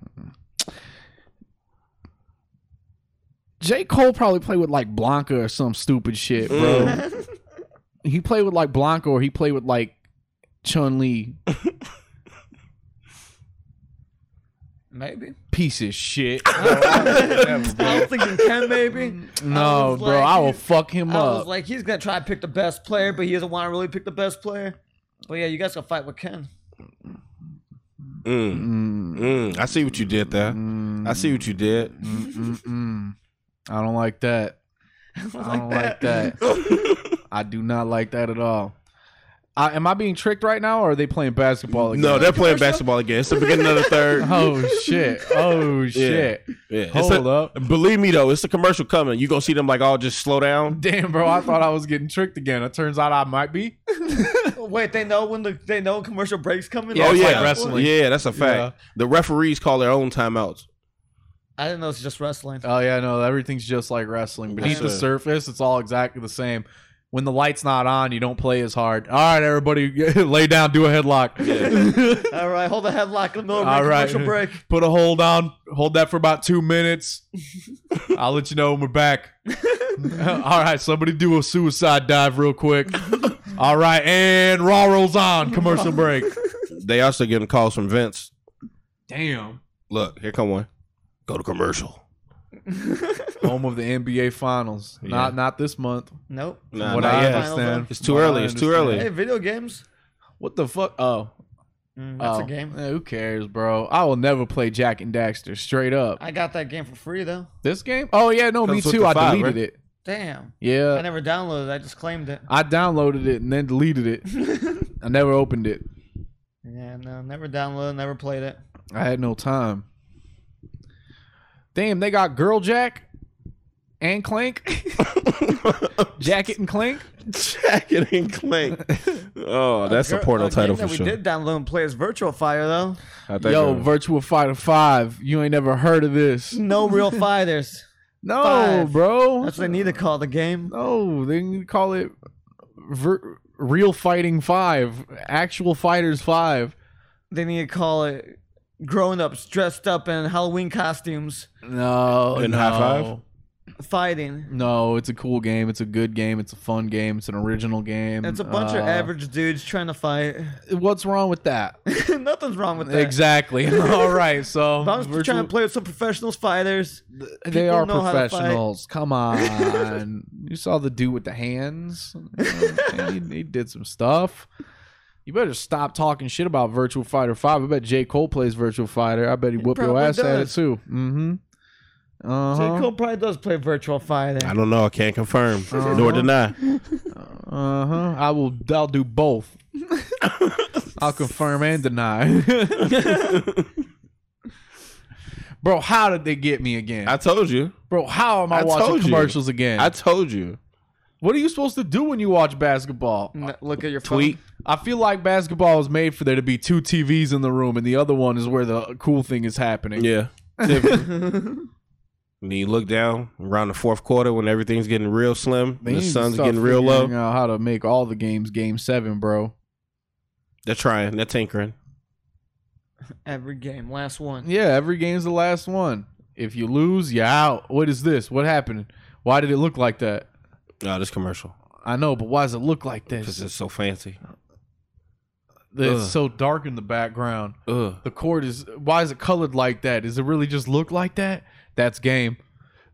J. Cole probably played with like Blanca or some stupid shit, bro.
Mm.
he played with like Blanca or he played with like Chun Li.
Maybe.
Piece of shit.
I was thinking Ken, maybe. I
no,
was
bro.
like-
I will fuck him
I
up.
was like, he's gonna try to pick the best player, but he doesn't want to really pick the best player. But yeah, you guys gonna fight with Ken.
Mm.
Mm,
Mm. I see what you did there.
mm,
I see what you did.
mm, mm, mm. I don't like that. I don't like that. I do not like that at all. I, am I being tricked right now, or are they playing basketball again?
No, they're playing basketball again. It's the beginning of the third.
Oh shit! Oh shit!
Yeah. It's
Hold
a-
up!
Believe me though, it's a commercial coming. You gonna see them like all just slow down.
Damn, bro! I thought I was getting tricked again. It turns out I might be.
Wait, they know when the they know when commercial breaks coming.
Yeah,
oh
it's
yeah,
like wrestling.
Yeah, that's a fact. The referees call their own timeouts.
I didn't know it's just wrestling.
Oh yeah, no, everything's just like wrestling. Beneath
Yes,
the
sir.
surface, it's all exactly the same. When the light's not on, you don't play as hard. All right, everybody, lay down, do a headlock.
All right, hold the headlock. I'm going
All right.
commercial break.
Put a hold on. Hold that for about two minutes. I'll let you know when we're back. All right, somebody do a suicide dive real quick. All right, and Raw rolls on. Commercial break.
They also getting calls from Vince.
Damn.
Look, here come one. Go to commercial.
Home of the NBA Finals. Not not this month. from
Nope.
Nah,
what
not
I
yet.
understand.
It's too
From what
early.
I
It's too
understand.
early.
Hey, video games.
What the fuck? Oh,
Mm, that's
Oh.
a game.
Eh, Who cares, bro? I will never play Jack and Daxter. Straight up.
I got that game for free though.
this game? Oh yeah, no, me
Comes with
too.
the
I
five,
deleted
right?
it.
Damn.
Yeah,
Uh,
I never downloaded. it. I just claimed it.
I downloaded it and then deleted it. I never opened it.
Yeah, no, never downloaded, never played it.
I had no time. Damn, they got Girl Jack and Clank, Jacket and Clank.
Jacket and Clank. Oh, that's a
Girl-
porno
game
title
that
for
we
sure.
did download and play is Virtual Fire though.
I think
Yo,
that-
Virtual Fighter Five. You ain't never heard of this?
No real fighters.
No,
Five.
bro.
That's what they need to call the game.
no, they need to call it Vir- Real Fighting Five, Actual Fighters Five.
They need to call it grown ups dressed up in Halloween costumes
No.
And
no.
high five?
fighting.
No, it's a cool game. It's a good game. It's a fun game. It's an original game.
It's a bunch of
Uh,
average dudes trying to fight.
What's wrong with that?
Nothing's wrong with that.
Exactly. All right. So
But I'm just trying
virtual-
to play with some professionals fighters.
they
people
are
know how to fight.
professionals. Come on. you saw the dude with the hands. You know, he, he did some stuff. You better stop talking shit about Virtual Fighter 5. I bet J. Cole plays Virtual Fighter. I bet he whoop your
probably
ass at it
does.
too. Mm hmm. Uh
J.
huh.
Cole probably does play virtual fighting.
I don't know. I can't confirm nor deny.
Uh huh. I will. I'll do both. I'll confirm and deny. Bro, how did they get me again?
I told you.
Bro, how am I,
I
watching
told you.
commercials again?
I told you.
what are you supposed to do when you watch basketball?
N- Look at your
Tweet.
I feel like basketball is made for there to be two TVs in the room, and the other one is where the cool thing is happening.
Yeah. Typically. and then you look down around the fourth quarter when everything's getting real slim,
They
and
need
the
to
sun's
start
getting real low.
figuring Out how to make all the games game seven, bro?
They're trying. They're tinkering.
phone. Every game, last one.
Yeah, every game's the last one. If you lose, you're out. What is this? What happened? Why did it look like that?
Oh, this commercial.
I know, but why does it look like
This
this?
is so fancy.
It's
ugh.
so dark in the background.
Ugh.
The court is. Why is it colored like that? Does it really just look like that? That's game.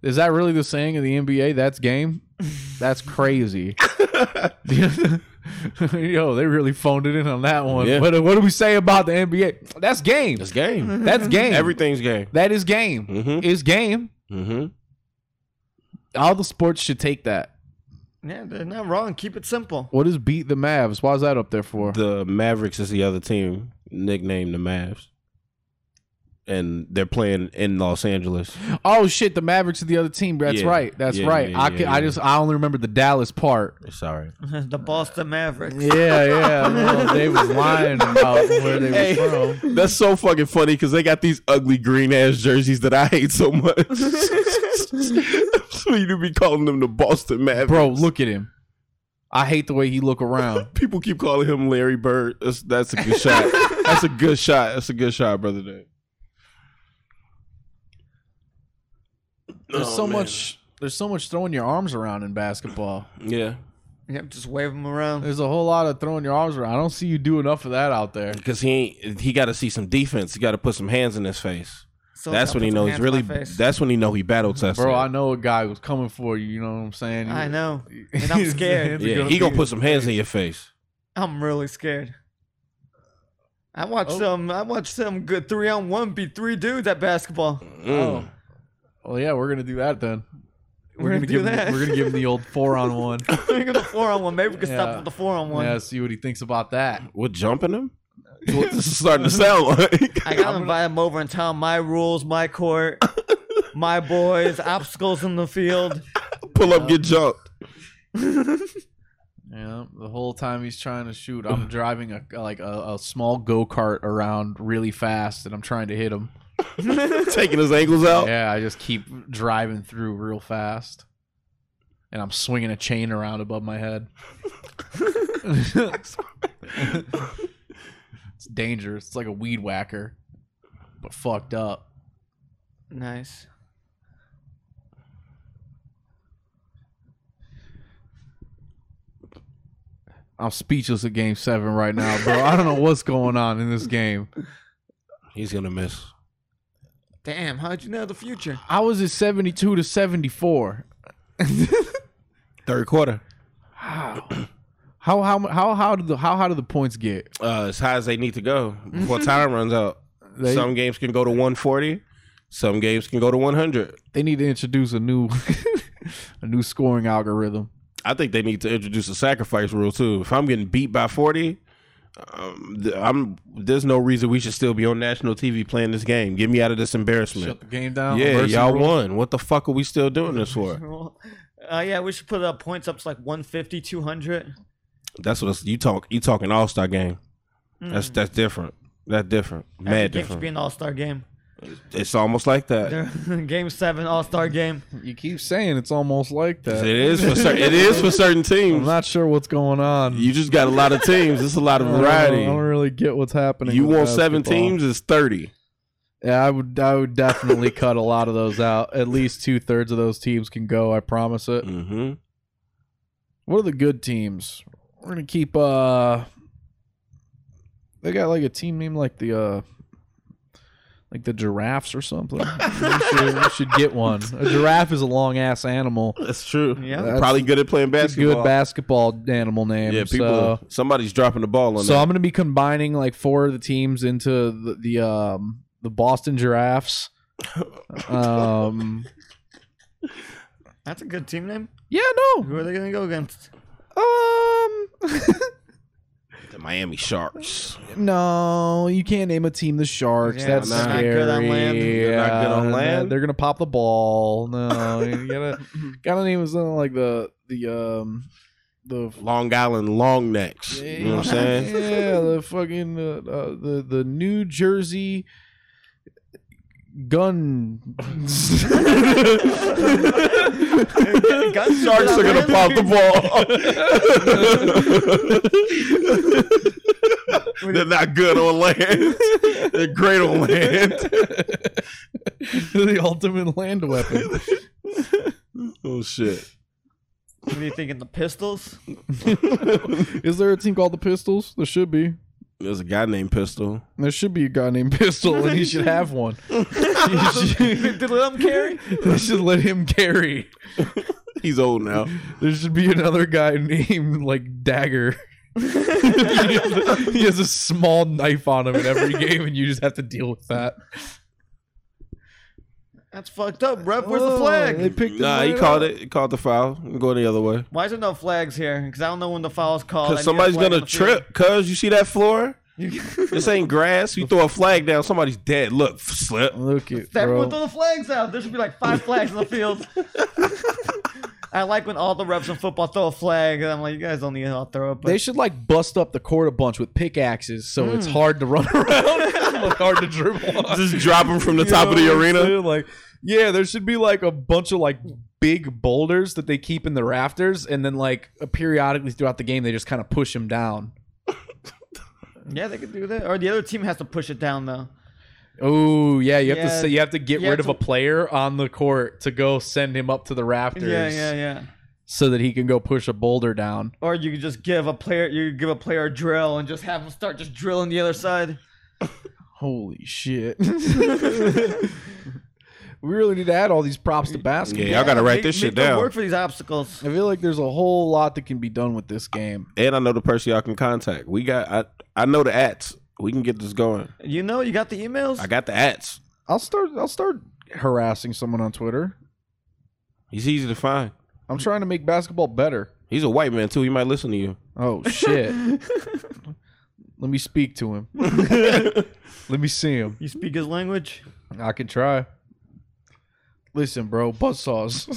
Is that really the saying of the NBA? That's game. That's crazy. Yo, they really phoned it in on that one.
Yeah.
What, what do we say about the NBA? That's game.
It's game.
That's game.
Everything's game.
That is game.
Mhm.
It's game.
Mm-hmm.
All the sports should take that.
Yeah, they're not wrong. Keep it simple.
What is beat the Mavs? Why is that up there for?
The Mavericks is the other team, nicknamed the Mavs. And they're playing in Los Angeles.
oh shit, the Mavericks are the other team. That's
Yeah.
right. That's
Yeah,
right.
yeah,
I
yeah,
can, I
yeah.
just I only remember the Dallas part.
It's all right.
the Boston Mavericks.
Yeah, yeah. No, they was lying about where they
Hey.
were from.
That's so fucking funny because they got these ugly green ass jerseys that I hate so much. so you do be calling them the Boston Mavericks.
Bro, look at him. I hate the way he look around.
People keep calling him Larry Bird. That's, that's a good shot. That's a good shot. That's a good shot, brother. Dan.
There's
Oh,
so
man.
much. There's so much throwing your arms around in basketball.
Yeah.
Yep, just wave them around.
There's a whole lot of throwing your arms around. I don't see you do enough of that out there.
Because he ain't, he got to see some defense. He got to put some hands in his face.
So
that's
I'll
when
put
he
some
knows
hands
he's
in
really.
my face.
That's when he know he battle tested.
Bro, I know a guy was coming for you. You know what I'm saying?
I know, and I'm
His
scared.
hands are
Yeah,
gonna
he gonna
be-
put some hands in your face.
I'm really scared. I watched
Oh.
some. I watched some good three on one beat three dudes at basketball.
Mm.
Well, yeah, we're gonna do that then. We're,
We're
gonna,
gonna do
give
that.
Him, we're gonna give him the old four on one.
Think of the four on one. Maybe we can
Yeah.
stop with the four on one.
Yeah, see what he thinks about that.
What jumping him? What this is starting to sound like.
I gotta invite him over and tell him my rules, my court, my boys, obstacles in the field.
Pull up, get jumped.
Yeah, the whole time he's trying to shoot, I'm driving a like a, a small go kart around really fast, and I'm trying to hit him.
Taking his ankles out.
Yeah, I just keep driving through real fast, and I'm swinging a chain around above my head. it's dangerous. It's like a weed whacker, but fucked up.
Nice.
I'm speechless at Game Seven right now, bro. I don't know what's going on in this game.
He's gonna miss.
Damn, how'd you know the future?
I was at 72 to 74.
Third quarter.
How? How how how how do the how how do the points get?
Uh, as high as they need to go before time runs out.
They
Some games can go to 140. Some games can go to 100.
they need to introduce a new a new scoring algorithm.
I think they need to introduce a sacrifice rule too. If I'm getting beat by 40, um, th- I'm there's no reason we should still be on national TV playing this game. Get me out of this embarrassment.
Shut the game down.
Yeah,
Mercy
y'all
rule.
won. What the fuck are we still doing this for?
Uh, yeah, we should put up points up to like 150, 200.
That's what it's, you talk. You talking All Star game? That's that's different. Mm. That's different.
Every
Mad
game should
different.
be an all star game.
it's almost like that.
game seven, all star game.
You keep saying it's almost like that.
It is for certain. it is for certain
I'm
teams.
not sure what's going on.
You just got a lot of teams. It's a lot of
I don't know. I
variety.
don't really get what's happening.
You
with
want seven
basketball.
teams? It's thirty.
Yeah, I would. I would definitely cut a lot of those out. At least two thirds of those teams can go. I promise it.
Mm-hmm.
What are the good teams? We're gonna keep. uh They got like a team name like the. uh like the giraffes or something. we, should, we should get one. A giraffe is a long ass animal.
That's true.
Yeah.
That's
Probably good at playing
It's a
basketball.
good basketball animal name.
Yeah, people.
so-
somebody's dropping the ball on
So
that.
I'm going to be combining like four of the teams into the, the um the Boston Giraffes. Um
That's a good team name.
yeah, no.
Who are they gonna go against?
Um
The Miami Sharks.
no, you can't name a team the Sharks.
Yeah,
That's
they're
scary.
not good on land.
They're not good on
Yeah,
land.
They're going to pop the ball. No, you got to got to name something like the the um the
Long Island Long Necks. You know what I'm saying?
Yeah, the fucking uh, uh, the the New Jersey gun.
Guns
Sharks are gonna pop the ball. They're not good on land. They're great on land.
the ultimate land weapon.
Oh shit!
What are you thinking? The Pistols?
Is there a team called the Pistols? There should be.
There's a guy named Pistol.
There should be a guy named Pistol, and he should have one.
Did them carry?
They should let him carry.
He's old now.
There should be another guy named like Dagger. he, has a, he has a small knife on him in every game, and you just have to deal with that.
That's fucked up, bruv. Uh, Where's
Oh,
the
They
flag?
picked it
Nah, he
right
called
up.
it. He called the foul. I'm going the other way.
Why is there no flags here? Because I don't know when the foul's called. I need
Cause
a
somebody's
flag on
gonna
the field.
trip. Cause you see that floor? this ain't grass. You throw a flag down, somebody's dead. Look, slip.
Look at
Everyone
bro.
throw the flags out. There should be like five flags on the field. I like when all the reps in football throw a flag, and I'm like, you guys don't need to all throw it. But
They should like bust up the court a bunch with pickaxes, so it's hard to run around, like hard to dribble. On.
Just drop him from the
You
top
know
of the
what I'm
arena.
saying? Like, yeah, there should be like a bunch of like big boulders that they keep in the rafters, and then like periodically throughout the game, they just kind of push them down.
yeah, they could do that. Or the other team has to push it down though.
Oh yeah, you have to
Yeah.
say you have to get
You
rid
have
of a
to-
player on the court to go send him up to the rafters,
Yeah, yeah, yeah.
so that he can go push a boulder down.
Or you could just give a player, you could give a player a drill and just have them start just drilling the other side.
Holy shit. we really need to add all these props to basketball.
Yeah, y'all gotta write
make-
this shit
make them
down.
Work for these obstacles.
I feel like there's a whole lot that can be done with this game.
And I know the person y'all can contact. We got. I I know the ats. We can get this going.
You know, you got the emails.
I got the ats.
I'll start I'll start harassing someone on Twitter.
He's easy to find.
I'm trying to make basketball better.
He's a white man too. He might listen to you.
Oh shit. Let me speak to him. Let me see him.
you speak his language.
I can try. Listen, bro, buzzsaws.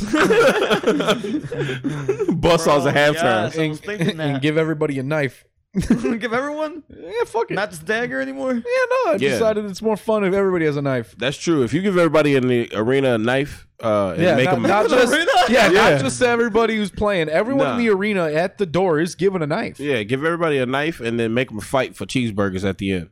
Bus saws a halftime.
yes. I was thinking that.
and give everybody a knife.
give everyone
Yeah, fuck it.
not this dagger anymore.
yeah, no, I
Yeah.
decided it's more fun if everybody has a knife.
That's true. If you give everybody in the arena a knife uh, and
Yeah,
make
not,
them
not just yeah,
Yeah.
not just everybody who's playing. Everyone in
Nah.
the arena at the door is given a knife. Yeah,
Yeah, give everybody a knife and then make them fight for cheeseburgers at the end.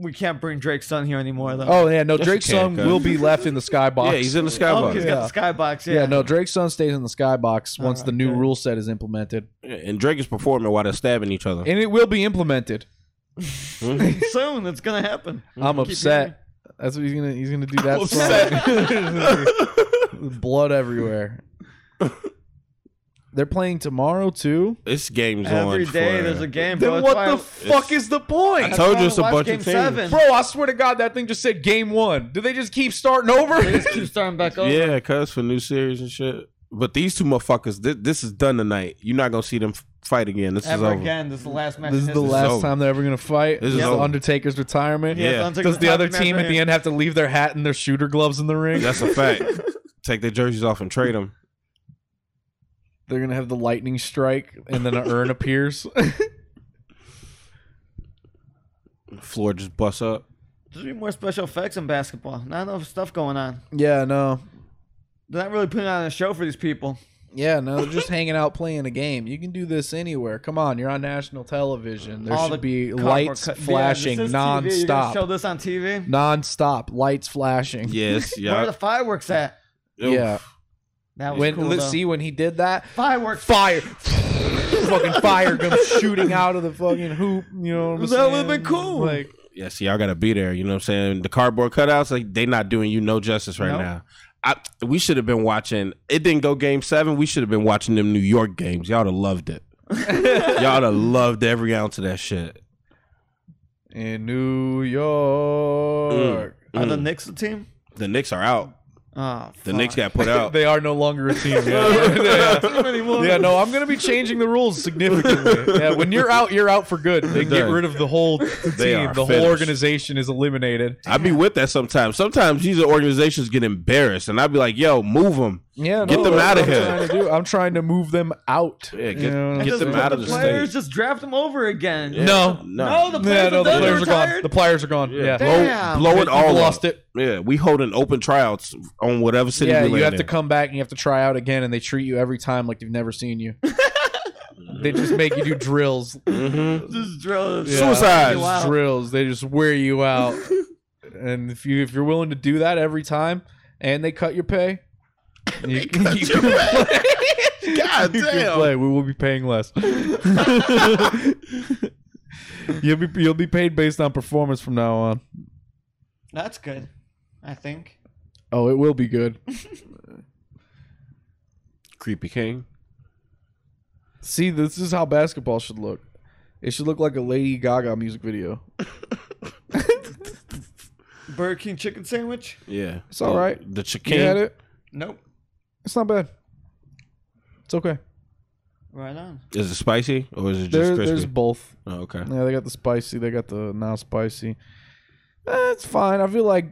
We can't bring Drake's son here anymore though.
Oh yeah, no,
Yes,
Drake's
you can,
son
cuz.
will be left in the skybox.
Yeah, he's in the
Oh,
skybox.
he's got the skybox. Yeah, Ah,
yeah, no, Drake's son stays in the skybox once
Alright,
the new
good.
rule set is implemented,
Yeah, And Drake is performing while they're stabbing each other.
and it will be implemented.
Soon it's gonna happen.
I'm
Mm-hmm. Keep hearing.
upset. That's what he's gonna he's gonna do that song. Blood everywhere. They're playing tomorrow too.
This game's on.
Every day
for-
there's a game. bro.
Then
That's
what
why
the
I-
fuck is the point?
I told
why
you
I
it's a
watched
bunch of
Game
teams.
Seven.
Bro, I swear to God, that thing just said game one. Do they just keep starting over?
Just keep starting back over.
Yeah, cuz for new series and shit. But these two motherfuckers, thi- this is done tonight. You're not gonna see them f- fight again. This is
Ever
over.
again. This is the last match.
This
in
is the
history.
last
over.
time they're ever gonna fight.
This
This is
is over.
Undertaker's retirement.
Yeah.
Undertaker's
Does the
last
other
match
team
right
at the
here.
end have to leave their hat and their shooter gloves in the ring?
That's a fact. Take their jerseys off and trade them.
They're gonna have the lightning strike, and then an urn appears.
Floor just busts up.
There should be more special effects in basketball. Not enough stuff going on.
yeah, no,
They're not really putting on a show for these people.
Yeah, no, they're just hanging out playing a game. You can do this anywhere. Come on, you're on national television. There
All
should
the
be
copper
lights
cut- Yeah, this
flashing
is TV. You're gonna Show
nonstop.
this on TV.
Nonstop lights flashing.
Yes,
Where are
yeah.
the fireworks at?
Yeah.
That was
When
cool.
let's
though.
see when he did that
fireworks.
fire, fucking fire comes shooting out of the fucking hoop. You know what I'm
That
saying?
would've been cool.
Like
Yeah, see, y'all gotta be there. You know what I'm saying? The cardboard cutouts, like they not doing you no justice right
Nope.
now. I, we should have been watching. It didn't go game seven. We should have been watching them New York games. Y'all'd have loved it. Y'all'd have loved every ounce of that shit.
in New York,
Are the
Mm.
Knicks a team?
The Knicks are out.
Oh,
The Knicks got put out.
they are no longer a team. Yeah. Yeah, no, I'm gonna be changing the rules significantly. Yeah, when you're out, you're out for good. They get
Done.
rid of the whole team.
are
The whole
finished.
organization is eliminated.
I be with that sometimes. Sometimes these organizations get embarrassed, and I'd be like, "Yo, move them.
Yeah,
Get them
that's what
outta
I'm
here.
trying to do. I'm trying to move them out.
Yeah, get,
You know what I'm
get
Just
them
put
out of the
players
state."
just draft them over again.
Yeah.
No.
No, the players
yeah, no,
are,
the
done.
players are gone.
Retired.
The players are gone.
Yeah,
Yeah,
Damn.
blow, blow it
You've
all.
lost
Lost
it.
Yeah, we holding open tryouts on whatever city.
yeah,
we
you
land
have to
in.
come back and you have to try out again, and they treat you every time like they've never seen you. they just make you do drills,
Mhm.
Just drill.
Yeah.
Suicides.
You out.
drills. They just wear you out. and if you if you're willing to do that every time, and they cut your pay, you, you can play.
God
You can play. We will be paying less. you'll be you'll be paid based on performance from now on.
That's good. I think.
Oh, it will be good.
Creepy King.
See, this is how basketball should look. It should look like a Lady Gaga music video.
Burger King chicken sandwich?
Yeah,
It's all right.
The chicken.
You had it.
Nope.
It's not bad. It's okay.
Right on.
Is it spicy or is it just
There, there's
crispy?
both.
Oh, okay.
Yeah, they got the spicy. They got the not spicy. Eh, it's fine. I feel like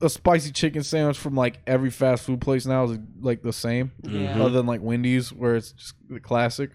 a spicy chicken sandwich from like every fast food place now is like the same,
Mm-hmm.
Yeah.
other than like Wendy's, where it's just the classic.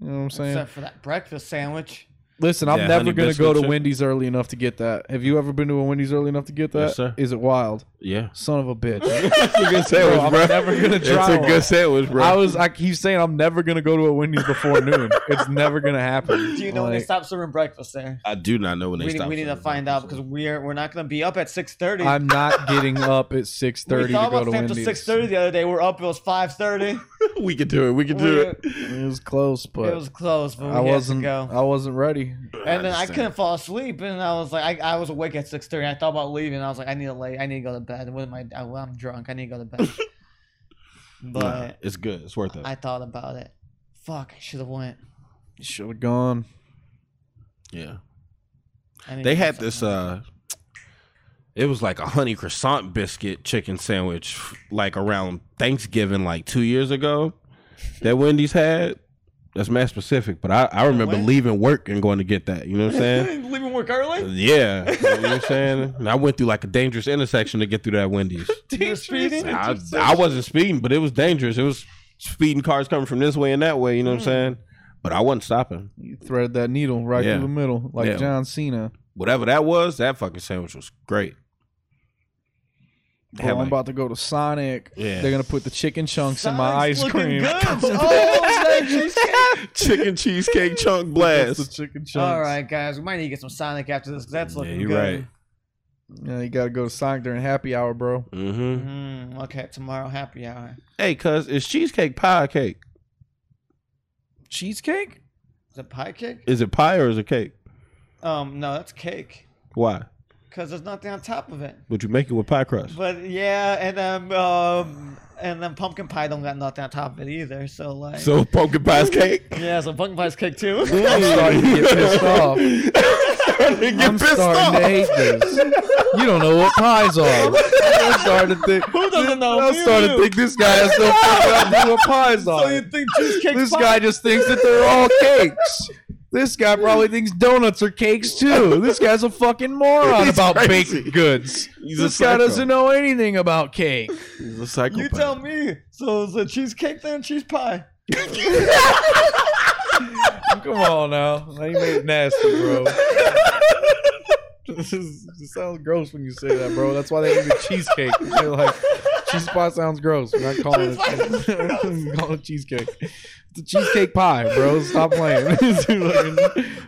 You know what I'm saying?
Except for that breakfast sandwich.
Listen, I'm
Yeah,
never
honey
gonna
biscuit
go to
chip.
Wendy's early enough to get that. Have you ever been to a Wendy's early enough to get that?
Yes, sir.
Is it wild?
Yeah.
Son of a bitch.
It's a good
Bro, I'm never gonna try.
It's a
one.
good sandwich, bro.
I was. I keep saying I'm never gonna go to a Wendy's before noon. It's never gonna happen.
Do you know when they
Like,
stop serving breakfast there?
I do not know when they
We,
stop.
we need to find out because we're we're not gonna be up at six thirty.
I'm not getting up at 6:30
We
to
thought
go
about
to
staying up to
Wendy's.
six thirty the other day. We're up. It was five thirty.
we could do it. We could do it.
It was close, but
It was close, but we
I wasn't.
had to go.
I wasn't ready.
and then I
understand.
couldn't fall asleep, and I was like, I, I was awake at six thirty. I thought about leaving. I was like, I need to lay. I need to go to bed. What am I? I I'm drunk. I need to go to bed.
Nah,
but
it's good. It's worth it.
I thought about it. Fuck, I should have went.
Should have gone.
yeah.
I need
They
to do
had this.
something.
uh It was like a honey croissant biscuit chicken sandwich, like around Thanksgiving, like two years ago. That Wendy's had. That's mad specific, but I, I remember
Wendy's?
leaving work and going to get that. You know what I'm saying?
leaving work early.
Yeah, you know what I'm saying. And I went through like a dangerous intersection to get through that Wendy's.
You were speeding.
I, I wasn't speeding, but it was dangerous. It was speeding cars coming from this way and that way. You know what I'm saying? But I wasn't stopping.
You threaded that needle right
Yeah.
through the middle, like
Yeah.
John Cena.
Whatever that was, that fucking sandwich was great. They
Bro,
had,
Oh, I'm
like-
about to go to Sonic.
Yeah.
They're gonna put the chicken chunks in my
Sonic's
ice
looking
cream.
Good. Oh, that cheesecake.
chicken cheesecake chunk
That's the
blast.
chicken chunks.
All right, guys, we might need to get some Sonic after this because that's
Yeah,
looking
you're
good.
right.
Yeah, you gotta go to Sonic during happy hour, bro.
Mm-hmm.
Mm, okay, tomorrow happy hour.
Hey, cuz it's cheesecake pie cake.
Cheesecake?
Is it pie cake?
Is it pie or is it cake?
Um, no, that's cake
Why?
because there's nothing on top of it.
Would you make it with pie crust?
But yeah, and um, um, and then pumpkin pie don't got nothing on top of it either. So like,
So pumpkin pie's cake.
yeah, so pumpkin pie's cake too.
I'm starting to get pissed off.
Starting to get
I'm
pissed
starting
off.
to hate this. You don't know what pies are. I'm starting to think.
Who doesn't know?
I'm
Me or
starting to
you?
think this guy has no fucking idea what pies
So you
are.
think cheesecake
This
pie?
guy just thinks that they're all cakes. This guy probably thinks donuts are cakes too. This guy's a fucking moron
He's
about
crazy.
baked goods.
He's a
this guy
psycho.
doesn't know anything about cake.
He's a psychopath.
You tell me. So is a cheesecake there and cheese pie?
Come on now. Now you made it nasty, bro. This is- it sounds gross when you say that, bro. That's why they give you cheesecake. They're like sushi spot sounds gross. We're not calling it. call it cheesecake. It's a cheesecake pie, bro. Stop playing. You're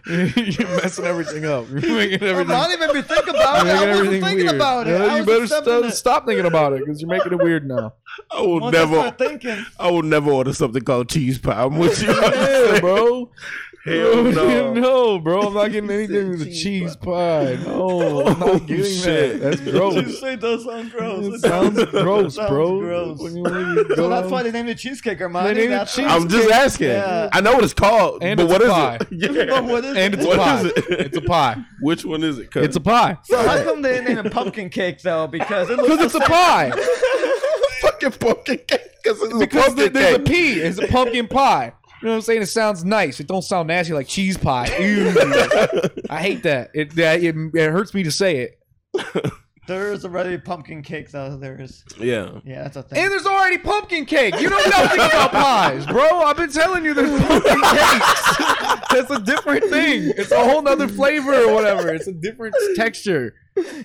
messing everything up. You're making
I'm
everything.
not even thinking about
you're making
it. I wasn't
everything
thinking
weird.
about it.
Yeah,
I
you
was
better
accepting
stop,
it.
stop thinking about it because you're making it weird now.
I will
Once I
never,
start thinking.
I will never order something called cheese pie. I'm with you.
Yeah, bro.
Hell no.
No, bro. I'm not getting anything with a cheese pie. No, I'm
Oh,
not getting
shit.
that. That's
You
gross.
say does sound gross.
It sounds gross,
Sounds
bro.
gross.
When you leave,
So
go-
that's why they named it cheesecake, Armani.
They named it
that's
cheese-
I'm just asking.
Yeah.
I know what it's called,
And
but
it's
what is
pie.
it?
But what is
and
it?
it's a
What
pie.
is it?
It's a pie.
Which one is it?
It's a pie.
So how come they didn't name it pumpkin cake though? Because it
Because it's
looks
a pie.
fucking pumpkin cake. Cause it's
Because
a pumpkin
there's a
cake.
P. It's a pumpkin pie. You know what I'm saying? It sounds nice. It don't sound nasty like cheese pie. Ew. I hate that. It, that it, it hurts me to say it.
there is already pumpkin cake though. There is.
yeah.
Yeah, that's a thing.
And there's already pumpkin cake. You know nothing about pies, bro. I've been telling you there's pumpkin cakes. That's a different thing. It's a whole nother flavor or whatever. It's a different texture.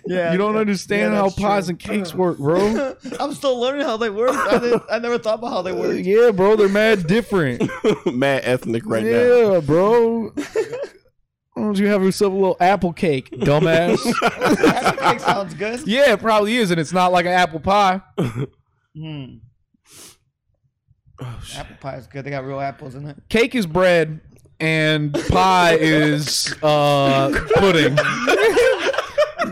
yeah,
You don't
yeah.
understand
Yeah,
how pies
that's true. Uh-huh.
and cakes work, bro.
I'm still learning how they work. I, didn't, I never thought about how they work.
yeah, bro. They're mad different.
Mad ethnic right now.
yeah, bro. Why don't you have yourself a little apple cake, dumbass?
Apple cake sounds good.
Yeah, it probably is, and it's not like an apple pie.
Hmm.
Oh,
Apple pie is good. They got real apples in it.
Cake is bread, and pie is uh, pudding.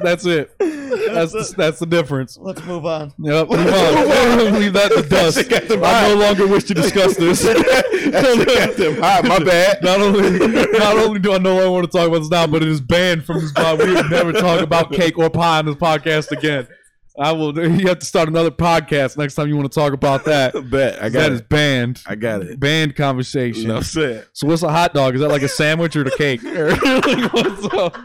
that's it. That's the, that's the difference.
Let's move on.
Yep, move on. Leave that to dust.
got them
I
high.
no longer wish to discuss this.
That's got them high. My bad.
Not only, not only do I no longer want to talk about this now, but it is banned from this pod. We will never talk about cake or pie on this podcast again. I will. You have to start another podcast next time you want to talk about that.
Bet. I got
That
it.
is banned.
I got it.
Banned conversation.
No said.
So what's a hot dog? Is that like a sandwich or the cake? Or, like, what's up?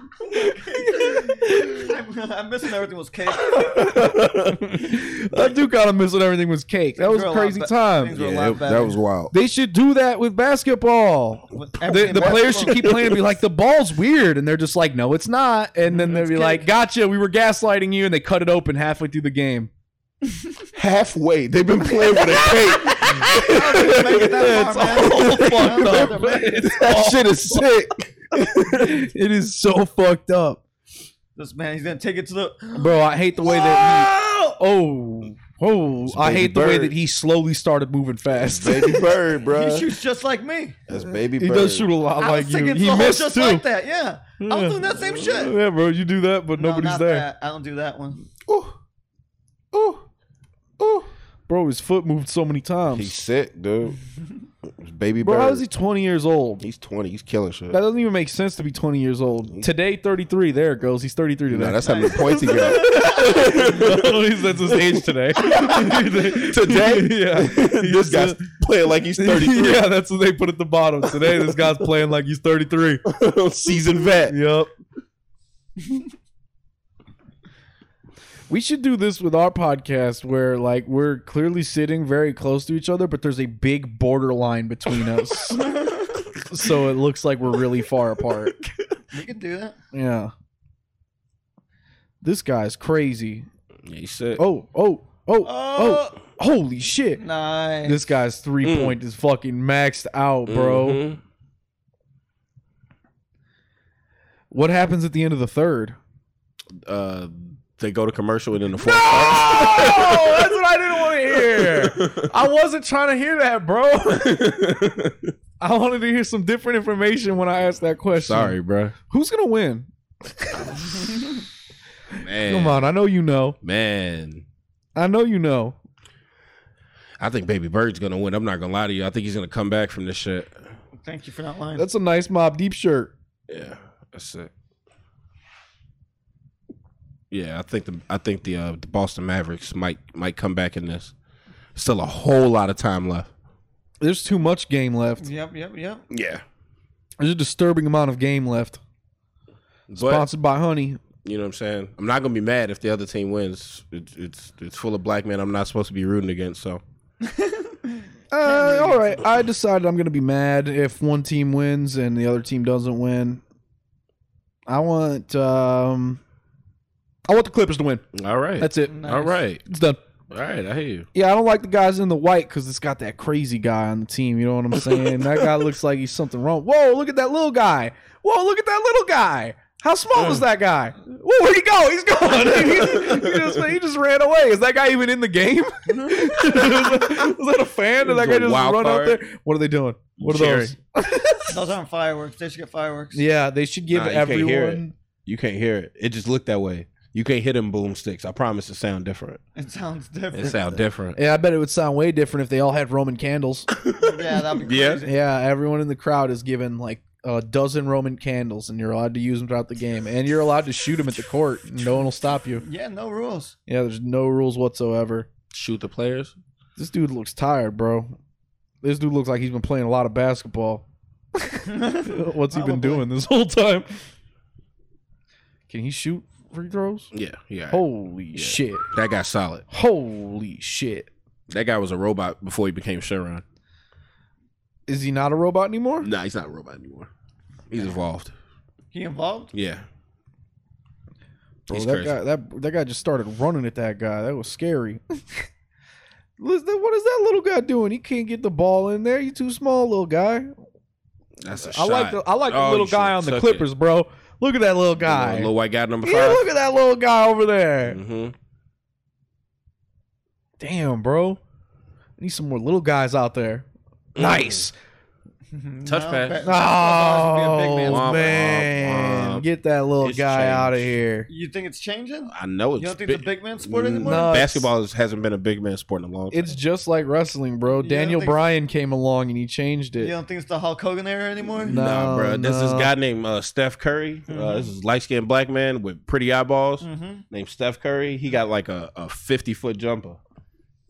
I'm, I'm missing everything was cake.
I do kind of miss when everything was cake. That was a crazy time.
Things were a
Yeah,
lot
it- that
better.
was wild.
They should do that with basketball. The,
Everything
the
was-
players should keep playing and be like, the ball's weird. And they're just like, no, it's not. And then they'll be like, gotcha, we were gaslighting you. And they cut it open halfway through the game.
Halfway. They've been playing with a cake.
Make it that far, man.
fucked up.
That shit is sick.
It is so fucked up.
This man, he's gonna take it to the.
Bro, I hate the way that he. Oh. Oh,
a
I
baby
hate the way
bird.
that he slowly started moving fast.
Baby bird,
He
bro.
shoots just like me.
That's baby bird.
He does shoot a lot
I
like
was
you.
thinking
He
so
missed
just
too.
like that. Yeah, I
Yeah.
was doing that same shit.
Yeah, bro, you do that, but
No,
nobody's
not
there.
that. I don't do that one.
Ooh. Ooh. Ooh.
Bro, his foot moved so many times.
He's sick, dude. It's baby
bro,
bird.
how is he 20 years old?
He's 20. He's killing shit.
That doesn't even make sense to be 20 years old. Today, 33. There it goes. He's 33 today.
No, that's how many points he got.
He's- that's his age today.
Today,
yeah.
this guy's playing like he's 33.
Yeah, that's what they put at the bottom. Today, this guy's playing like he's 33.
Season vet.
Yep. we should do this with our podcast where like we're clearly sitting very close to each other, but there's a big borderline between us. so it looks like we're really far apart.
We can do that.
Yeah. This guy's crazy.
He's sick.
Oh, oh, oh, oh,
Oh.
holy shit.
Nice.
This guy's three
Mm.
point is fucking maxed out, bro.
Mhm.
What happens at the end of the third?
Uh, they go to commercial and then the fourth.
Oh, that's what I didn't want to hear. I wasn't trying to hear that, bro. I wanted to hear some different information when I asked that question.
Sorry, bro.
Who's going to win?
Man.
Come on. I know you know.
Man.
I know you know.
I think Baby Bird's gonna win. I'm not gonna lie to you. I think he's gonna come back from this shit.
Thank you for not lying.
That's a nice Mob Deep shirt.
Yeah, that's it. Yeah, I think the I think the uh, the Boston Mavericks might might come back in this. Still a whole lot of time left.
There's too much game left.
Yep, yep, yep.
Yeah,
There's a disturbing amount of game left.
but
Sponsored by Honey.
you know what I'm saying. I'm not gonna be mad if the other team wins. It's it's it's full of black men. I'm not supposed to be rooting against. So
Uh, all right. I decided I'm going to be mad if one team wins and the other team doesn't win. I want um I want the Clippers to win.
all right,
That's it.
Nice.
all right.
It's done.
All right, I hear you.
Yeah, I don't like the guys in the white because it's got that crazy guy on the team. You know what I'm saying? that guy looks like he's something wrong. Whoa, look at that little guy. Whoa, look at that little guy. How small is that guy? Whoa, where'd he go? He's gone. he, just, he just ran away. Is that guy even in the game? was, that, was that a fan? Did that guy
He's Mm-hmm. a
just
wild
run out
card.
there? What are they doing? What are
Cherry.
those?
Those aren't fireworks. They should get fireworks.
Yeah, they should give
Nah, you can't hear it.
everyone.
You can't hear it. It just looked that way. You can't hit them boomsticks. I promise it sound different.
It sounds different.
It sound different.
Yeah, I bet it would sound way different if they all had Roman candles.
yeah, that'd be
Yeah.
crazy.
Yeah, everyone in the crowd is given like a dozen Roman candles, and you're allowed to use them throughout the game, and you're allowed to shoot them at the court. And no one will stop you.
Yeah, no rules.
Yeah, there's no rules whatsoever.
Shoot the players.
This dude looks tired, bro. This dude looks like he's been playing a lot of basketball. What's he
Probably.
been doing this whole time? Can he shoot free throws?
Yeah, yeah.
Holy shit!
That guy's solid.
Holy shit!
That guy was a robot before he became Sharon.
Is he not a robot anymore?
Nah, he's not a robot anymore. He's evolved.
He involved?
Yeah.
Bro,
He's
Oh, that
crazy.
guy, that that guy just started running at that guy. That was scary. Listen, what is that little guy doing? He can't get the ball in there. You too small, little guy.
That's a
I
shot.
like the I like
Oh,
the little
you should've
guy on the
took
Clippers, bro. Look at that little
it. Little-
guy.
Little white guy number
Yeah,
five.
look at that little guy over there.
hmm
Damn, bro. I need some more little guys out there.
Mm-hmm.
Nice.
Touch
No,
pass.
but-
Oh,
That'd be a big man's
Womp,
man.
womp, womp.
Oh, Get that little
It's
guy out of
changed.
here.
You think it's changing?
I know it's
You don't think
big-
it's a big man sport
Mm,
anymore?
No, it's-
Basketball is- hasn't been a big man sport in a long time.
It's just like wrestling, bro.
don't
Daniel
think-
Bryan came along and he changed it.
You don't think it's the Hulk Hogan era anymore?
No.
nah, bro. There's this
no. Mm-hmm.
guy named uh, Steph Curry. Uh, this is light skinned black man with pretty eyeballs
Mm.
Mm-hmm.
named Steph Curry. He got like a, a 50 foot jumper.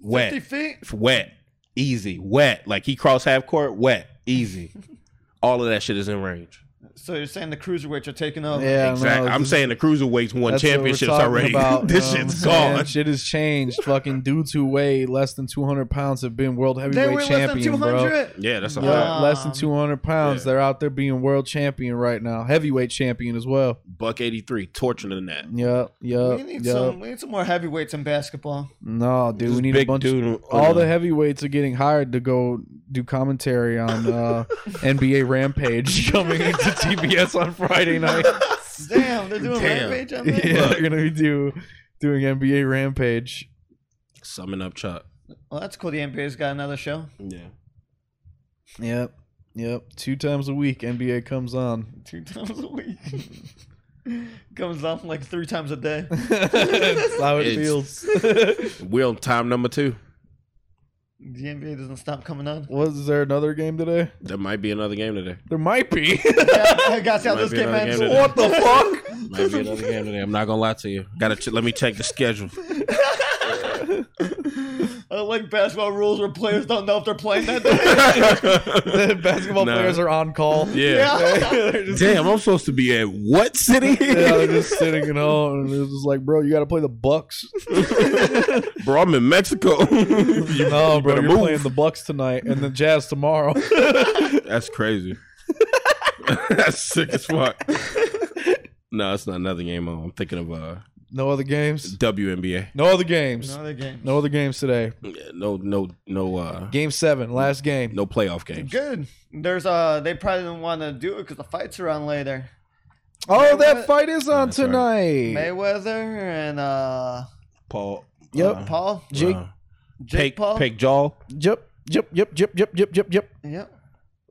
Wet.
50 feet?
wet, easy, wet. Like he crossed half court, wet, easy. All of that shit is in range.
So you're saying the cruiserweights are taking over?
Yeah,
Exactly.
no,
I'm
this-
saying the cruiserweights won
That's what we're
championships
talking
already.
about,
this
you know
shit's
what I'm saying?
gone.
Shit has changed. Fucking dudes who weigh less than 200 pounds have been world
They were
heavyweight
less than
champion, bro.
200?
Yeah, that's a
Yeah,
fact.
Wow.
less than 200 pounds. They're out there being world champion right now. Heavyweight champion as well.
Buck eighty three, torturing the net.
Yup, yup,
we, need
yup.
some, we need some more heavyweights in basketball.
No, dude,
This
we need a
big
bunch
dude
of...
on
All
the-
the heavyweights are getting hired to go do commentary on uh, NBA Rampage coming into TBS on Friday night.
Damn, they're doing
Damn.
rampage on that?
yeah, they're going to be do, doing NBA Rampage.
Summon up Chuck.
Well, that's cool. The NBA's got another show.
Yeah.
Yep. Yep. Two times a week NBA comes on.
Two times a week. Comes on like three times a day.
That's how it
It's-
feels.
We on time number two.
The NBA doesn't stop coming on.
Was there another game today?
There might be another game today.
There might be.
Yeah, I got to see how
Might
this
be
game
another
ends.
game
what the fuck?
Might be another game today. I'm not gonna lie to you. Gotta ch- let me check the schedule.
I like basketball rules where players don't know if they're playing that day.
The basketball
Nah.
players are on call. Yeah.
Yeah.
they're, just,
Damn, I'm supposed to be at what city?
yeah, they're just sitting at home and it's just like, bro, you got to play the Bucks.
Bro, I'm in Mexico. You-
no, bro,
better
you're
move.
playing the Bucks tonight and the Jazz tomorrow.
That's crazy. That's sick as fuck. No, it's not another game. On. I'm thinking of uh,
no other games.
WNBA.
No other games.
Another game.
No other games today.
Yeah, No, no, no, uh,
Game seven, last game.
no playoff games.
Good. There's uh, they probably didn't want to do it because the fights are on later.
Oh,
Mayweather-
that fight is on
That's right.
tonight.
Mayweather and uh,
Paul.
Yep.
Paul,
Jake,
Uh,
Jake
Jake
Paul.
Jake Jaw.
Yep, yep, yep, yep, yep, yep, yep, yep.
Yep.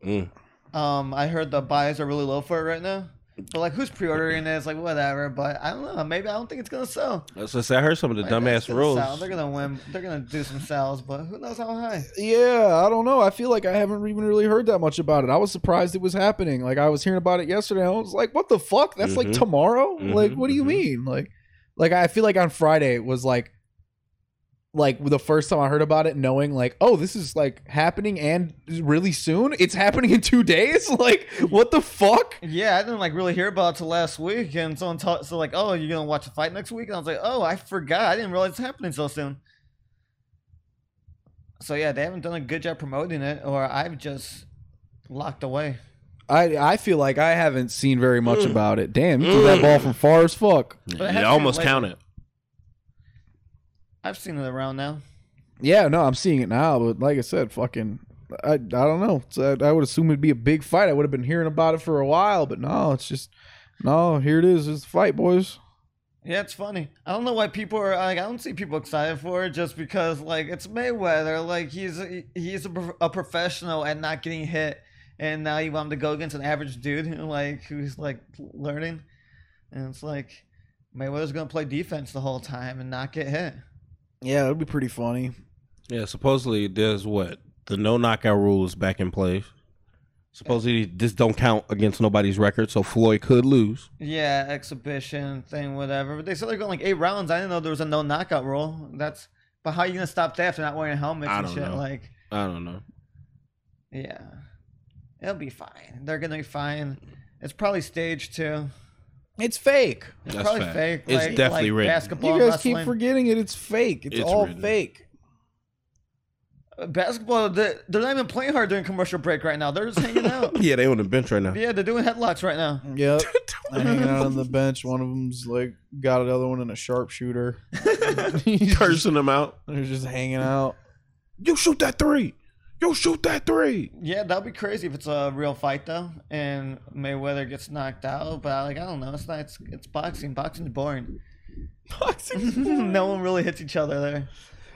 Mm.
Um, I heard the buys are really low for it right now. But like, who's pre-ordering it? It's like whatever. But I don't know. Maybe I don't think it's gonna sell.
That's what I said. I heard some of the
Like, it's
dumbass
gonna
rules.
sell. They're gonna win. They're gonna do some sales, but who knows how high?
Yeah, I don't know. I feel like I haven't even really heard that much about it. I was surprised it was happening. Like I was hearing about it yesterday. and I was like, "What the fuck? That's like
Mhm.
tomorrow? like,
Mhm,
what do you
mhm.
mean? Like, like I feel like on Friday it was like, like the first time I heard about it, knowing like, oh, this is like happening and really soon. It's happening in two days. Like, what the fuck?
Yeah, I didn't like really hear about it till last week, and someone talked. So like, oh, you're gonna watch a fight next week, and I was like, oh, I forgot. I didn't realize it's happening so soon. So yeah, they haven't done a good job promoting it, or I've just locked away.
I I feel like I haven't seen very much about it. Damn, you threw that ball from far as fuck.
it
It
has to be
almost
later.
counted.
I've seen it around now.
Yeah, no, I'm seeing it now, but like I said, fucking, I, I don't know. It's- I, I would assume it'd be a big fight. I would have been hearing about it for a while, but no, it's just no. Here it is. It's the fight, boys.
Yeah, it's funny. I don't know why people are like. I don't see people excited for it just because like it's Mayweather. Like he's a, he's a, prof- a professional at not getting hit, and now you want him to go against an average dude who like who's like learning, and it's like Mayweather's gonna play defense the whole time and not get hit.
Yeah, it'd be pretty funny.
Yeah, supposedly there's what the no knockout rule is back in place. Supposedly this don't count against nobody's record, so Floyd could lose.
Yeah, exhibition thing, whatever. But they said they're going like eight rounds. I didn't know there was a no knockout rule. That's but how you gonna stop that if they're not wearing helmets
I
and
don't
shit?
know.
Like,
I don't know.
yeah, it'll be fine. They're gonna be fine. It's probably staged too.
It's fake.
It's
That's
probably
fact.
fake.
It's
like,
definitely
like
rigged.
basketball.
You guys
wrestling.
keep forgetting it. It's fake. It's,
It's
all
written.
fake.
Uh, basketball. They're, they're not even playing hard during commercial break right now. They're just hanging out.
Yeah, they on the bench right now.
yeah, they're doing headlocks right now.
Yep. hanging out on the bench. One of them's like got another one in a sharpshooter.
Cursing them out.
They're just hanging out.
You shoot that three. You shoot that three.
Yeah, that'd be crazy if it's a real fight though, and Mayweather gets knocked out. But like, I don't know. It's not. It's, it's boxing. Boxing's boring. no one really hits each other there.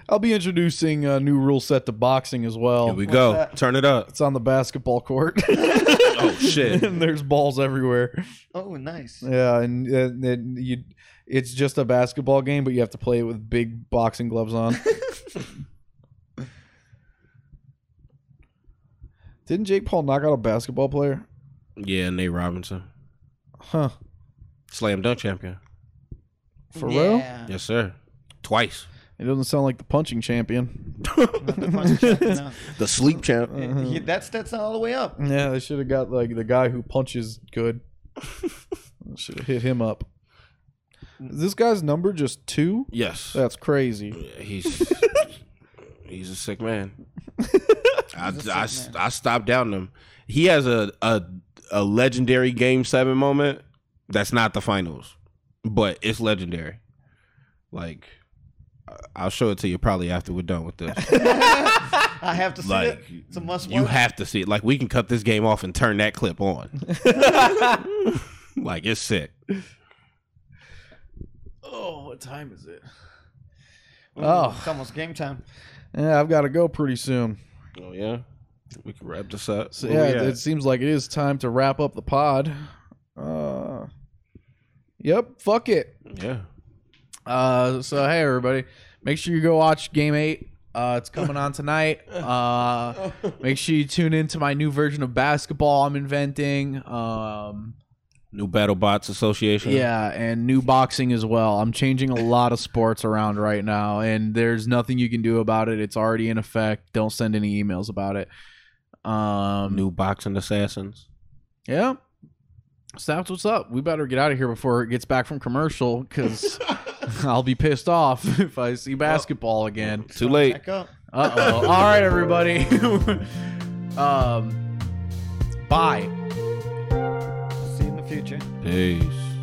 I'll be introducing a new rule set to boxing as well.
Here we go.
that?
Turn it up.
it's on the basketball court.
Oh shit.
and there's balls everywhere.
Oh, nice.
Yeah, and, and, and you, it's just a basketball game, but you have to play it with big boxing gloves on. Didn't Jake Paul knock out a basketball player?
yeah, Nate Robinson,
Huh?
slam dunk champion.
For real?
Yeah.
Yes, sir. Twice.
It doesn't sound like the punching champion.
Not the punch check, no.
The sleep champ.
He- that's that's not all the way up.
Yeah, they should have got like the guy who punches good. should have hit him up. Is this guy's number just two?
Yes.
That's crazy.
Yeah, he's he's a sick man. I,
He's a
I,
sick
I stopped down him. He has a, a a legendary game seven moment that's not the finals, but it's legendary. Like I- I'll show it to you probably after we're done with this.
I have to see
Like
it. It's a must
you
watch.
have to see it. Like we can cut this game off and turn that clip on. like it's sick.
Oh, what time is it?
Ooh,
Oh.
It's almost game time.
Yeah, I've got to go pretty soon.
Oh yeah, we can wrap this up.
So
Where we
Oh, yeah,
at?
it seems like it is time to wrap up the pod. Uh, yep, fuck it.
yeah.
Uh, so hey everybody, make sure you go watch Game Eight. Uh, it's coming on tonight. Uh, make sure you tune in to my new version of basketball I'm inventing. Um,
New Battle Bots Association.
yeah, and new boxing as well. I'm changing a lot of sports around right now, and there's nothing you can do about it. It's already in effect. Don't send any emails about it. Um,
New boxing assassins.
Yeah. So that's what's up. We better get out of here before it gets back from commercial because I'll be pissed off if I see basketball again.
Too late.
Back up.
Uh oh. All right, everybody. um, bye.
See you in the future.
Peace.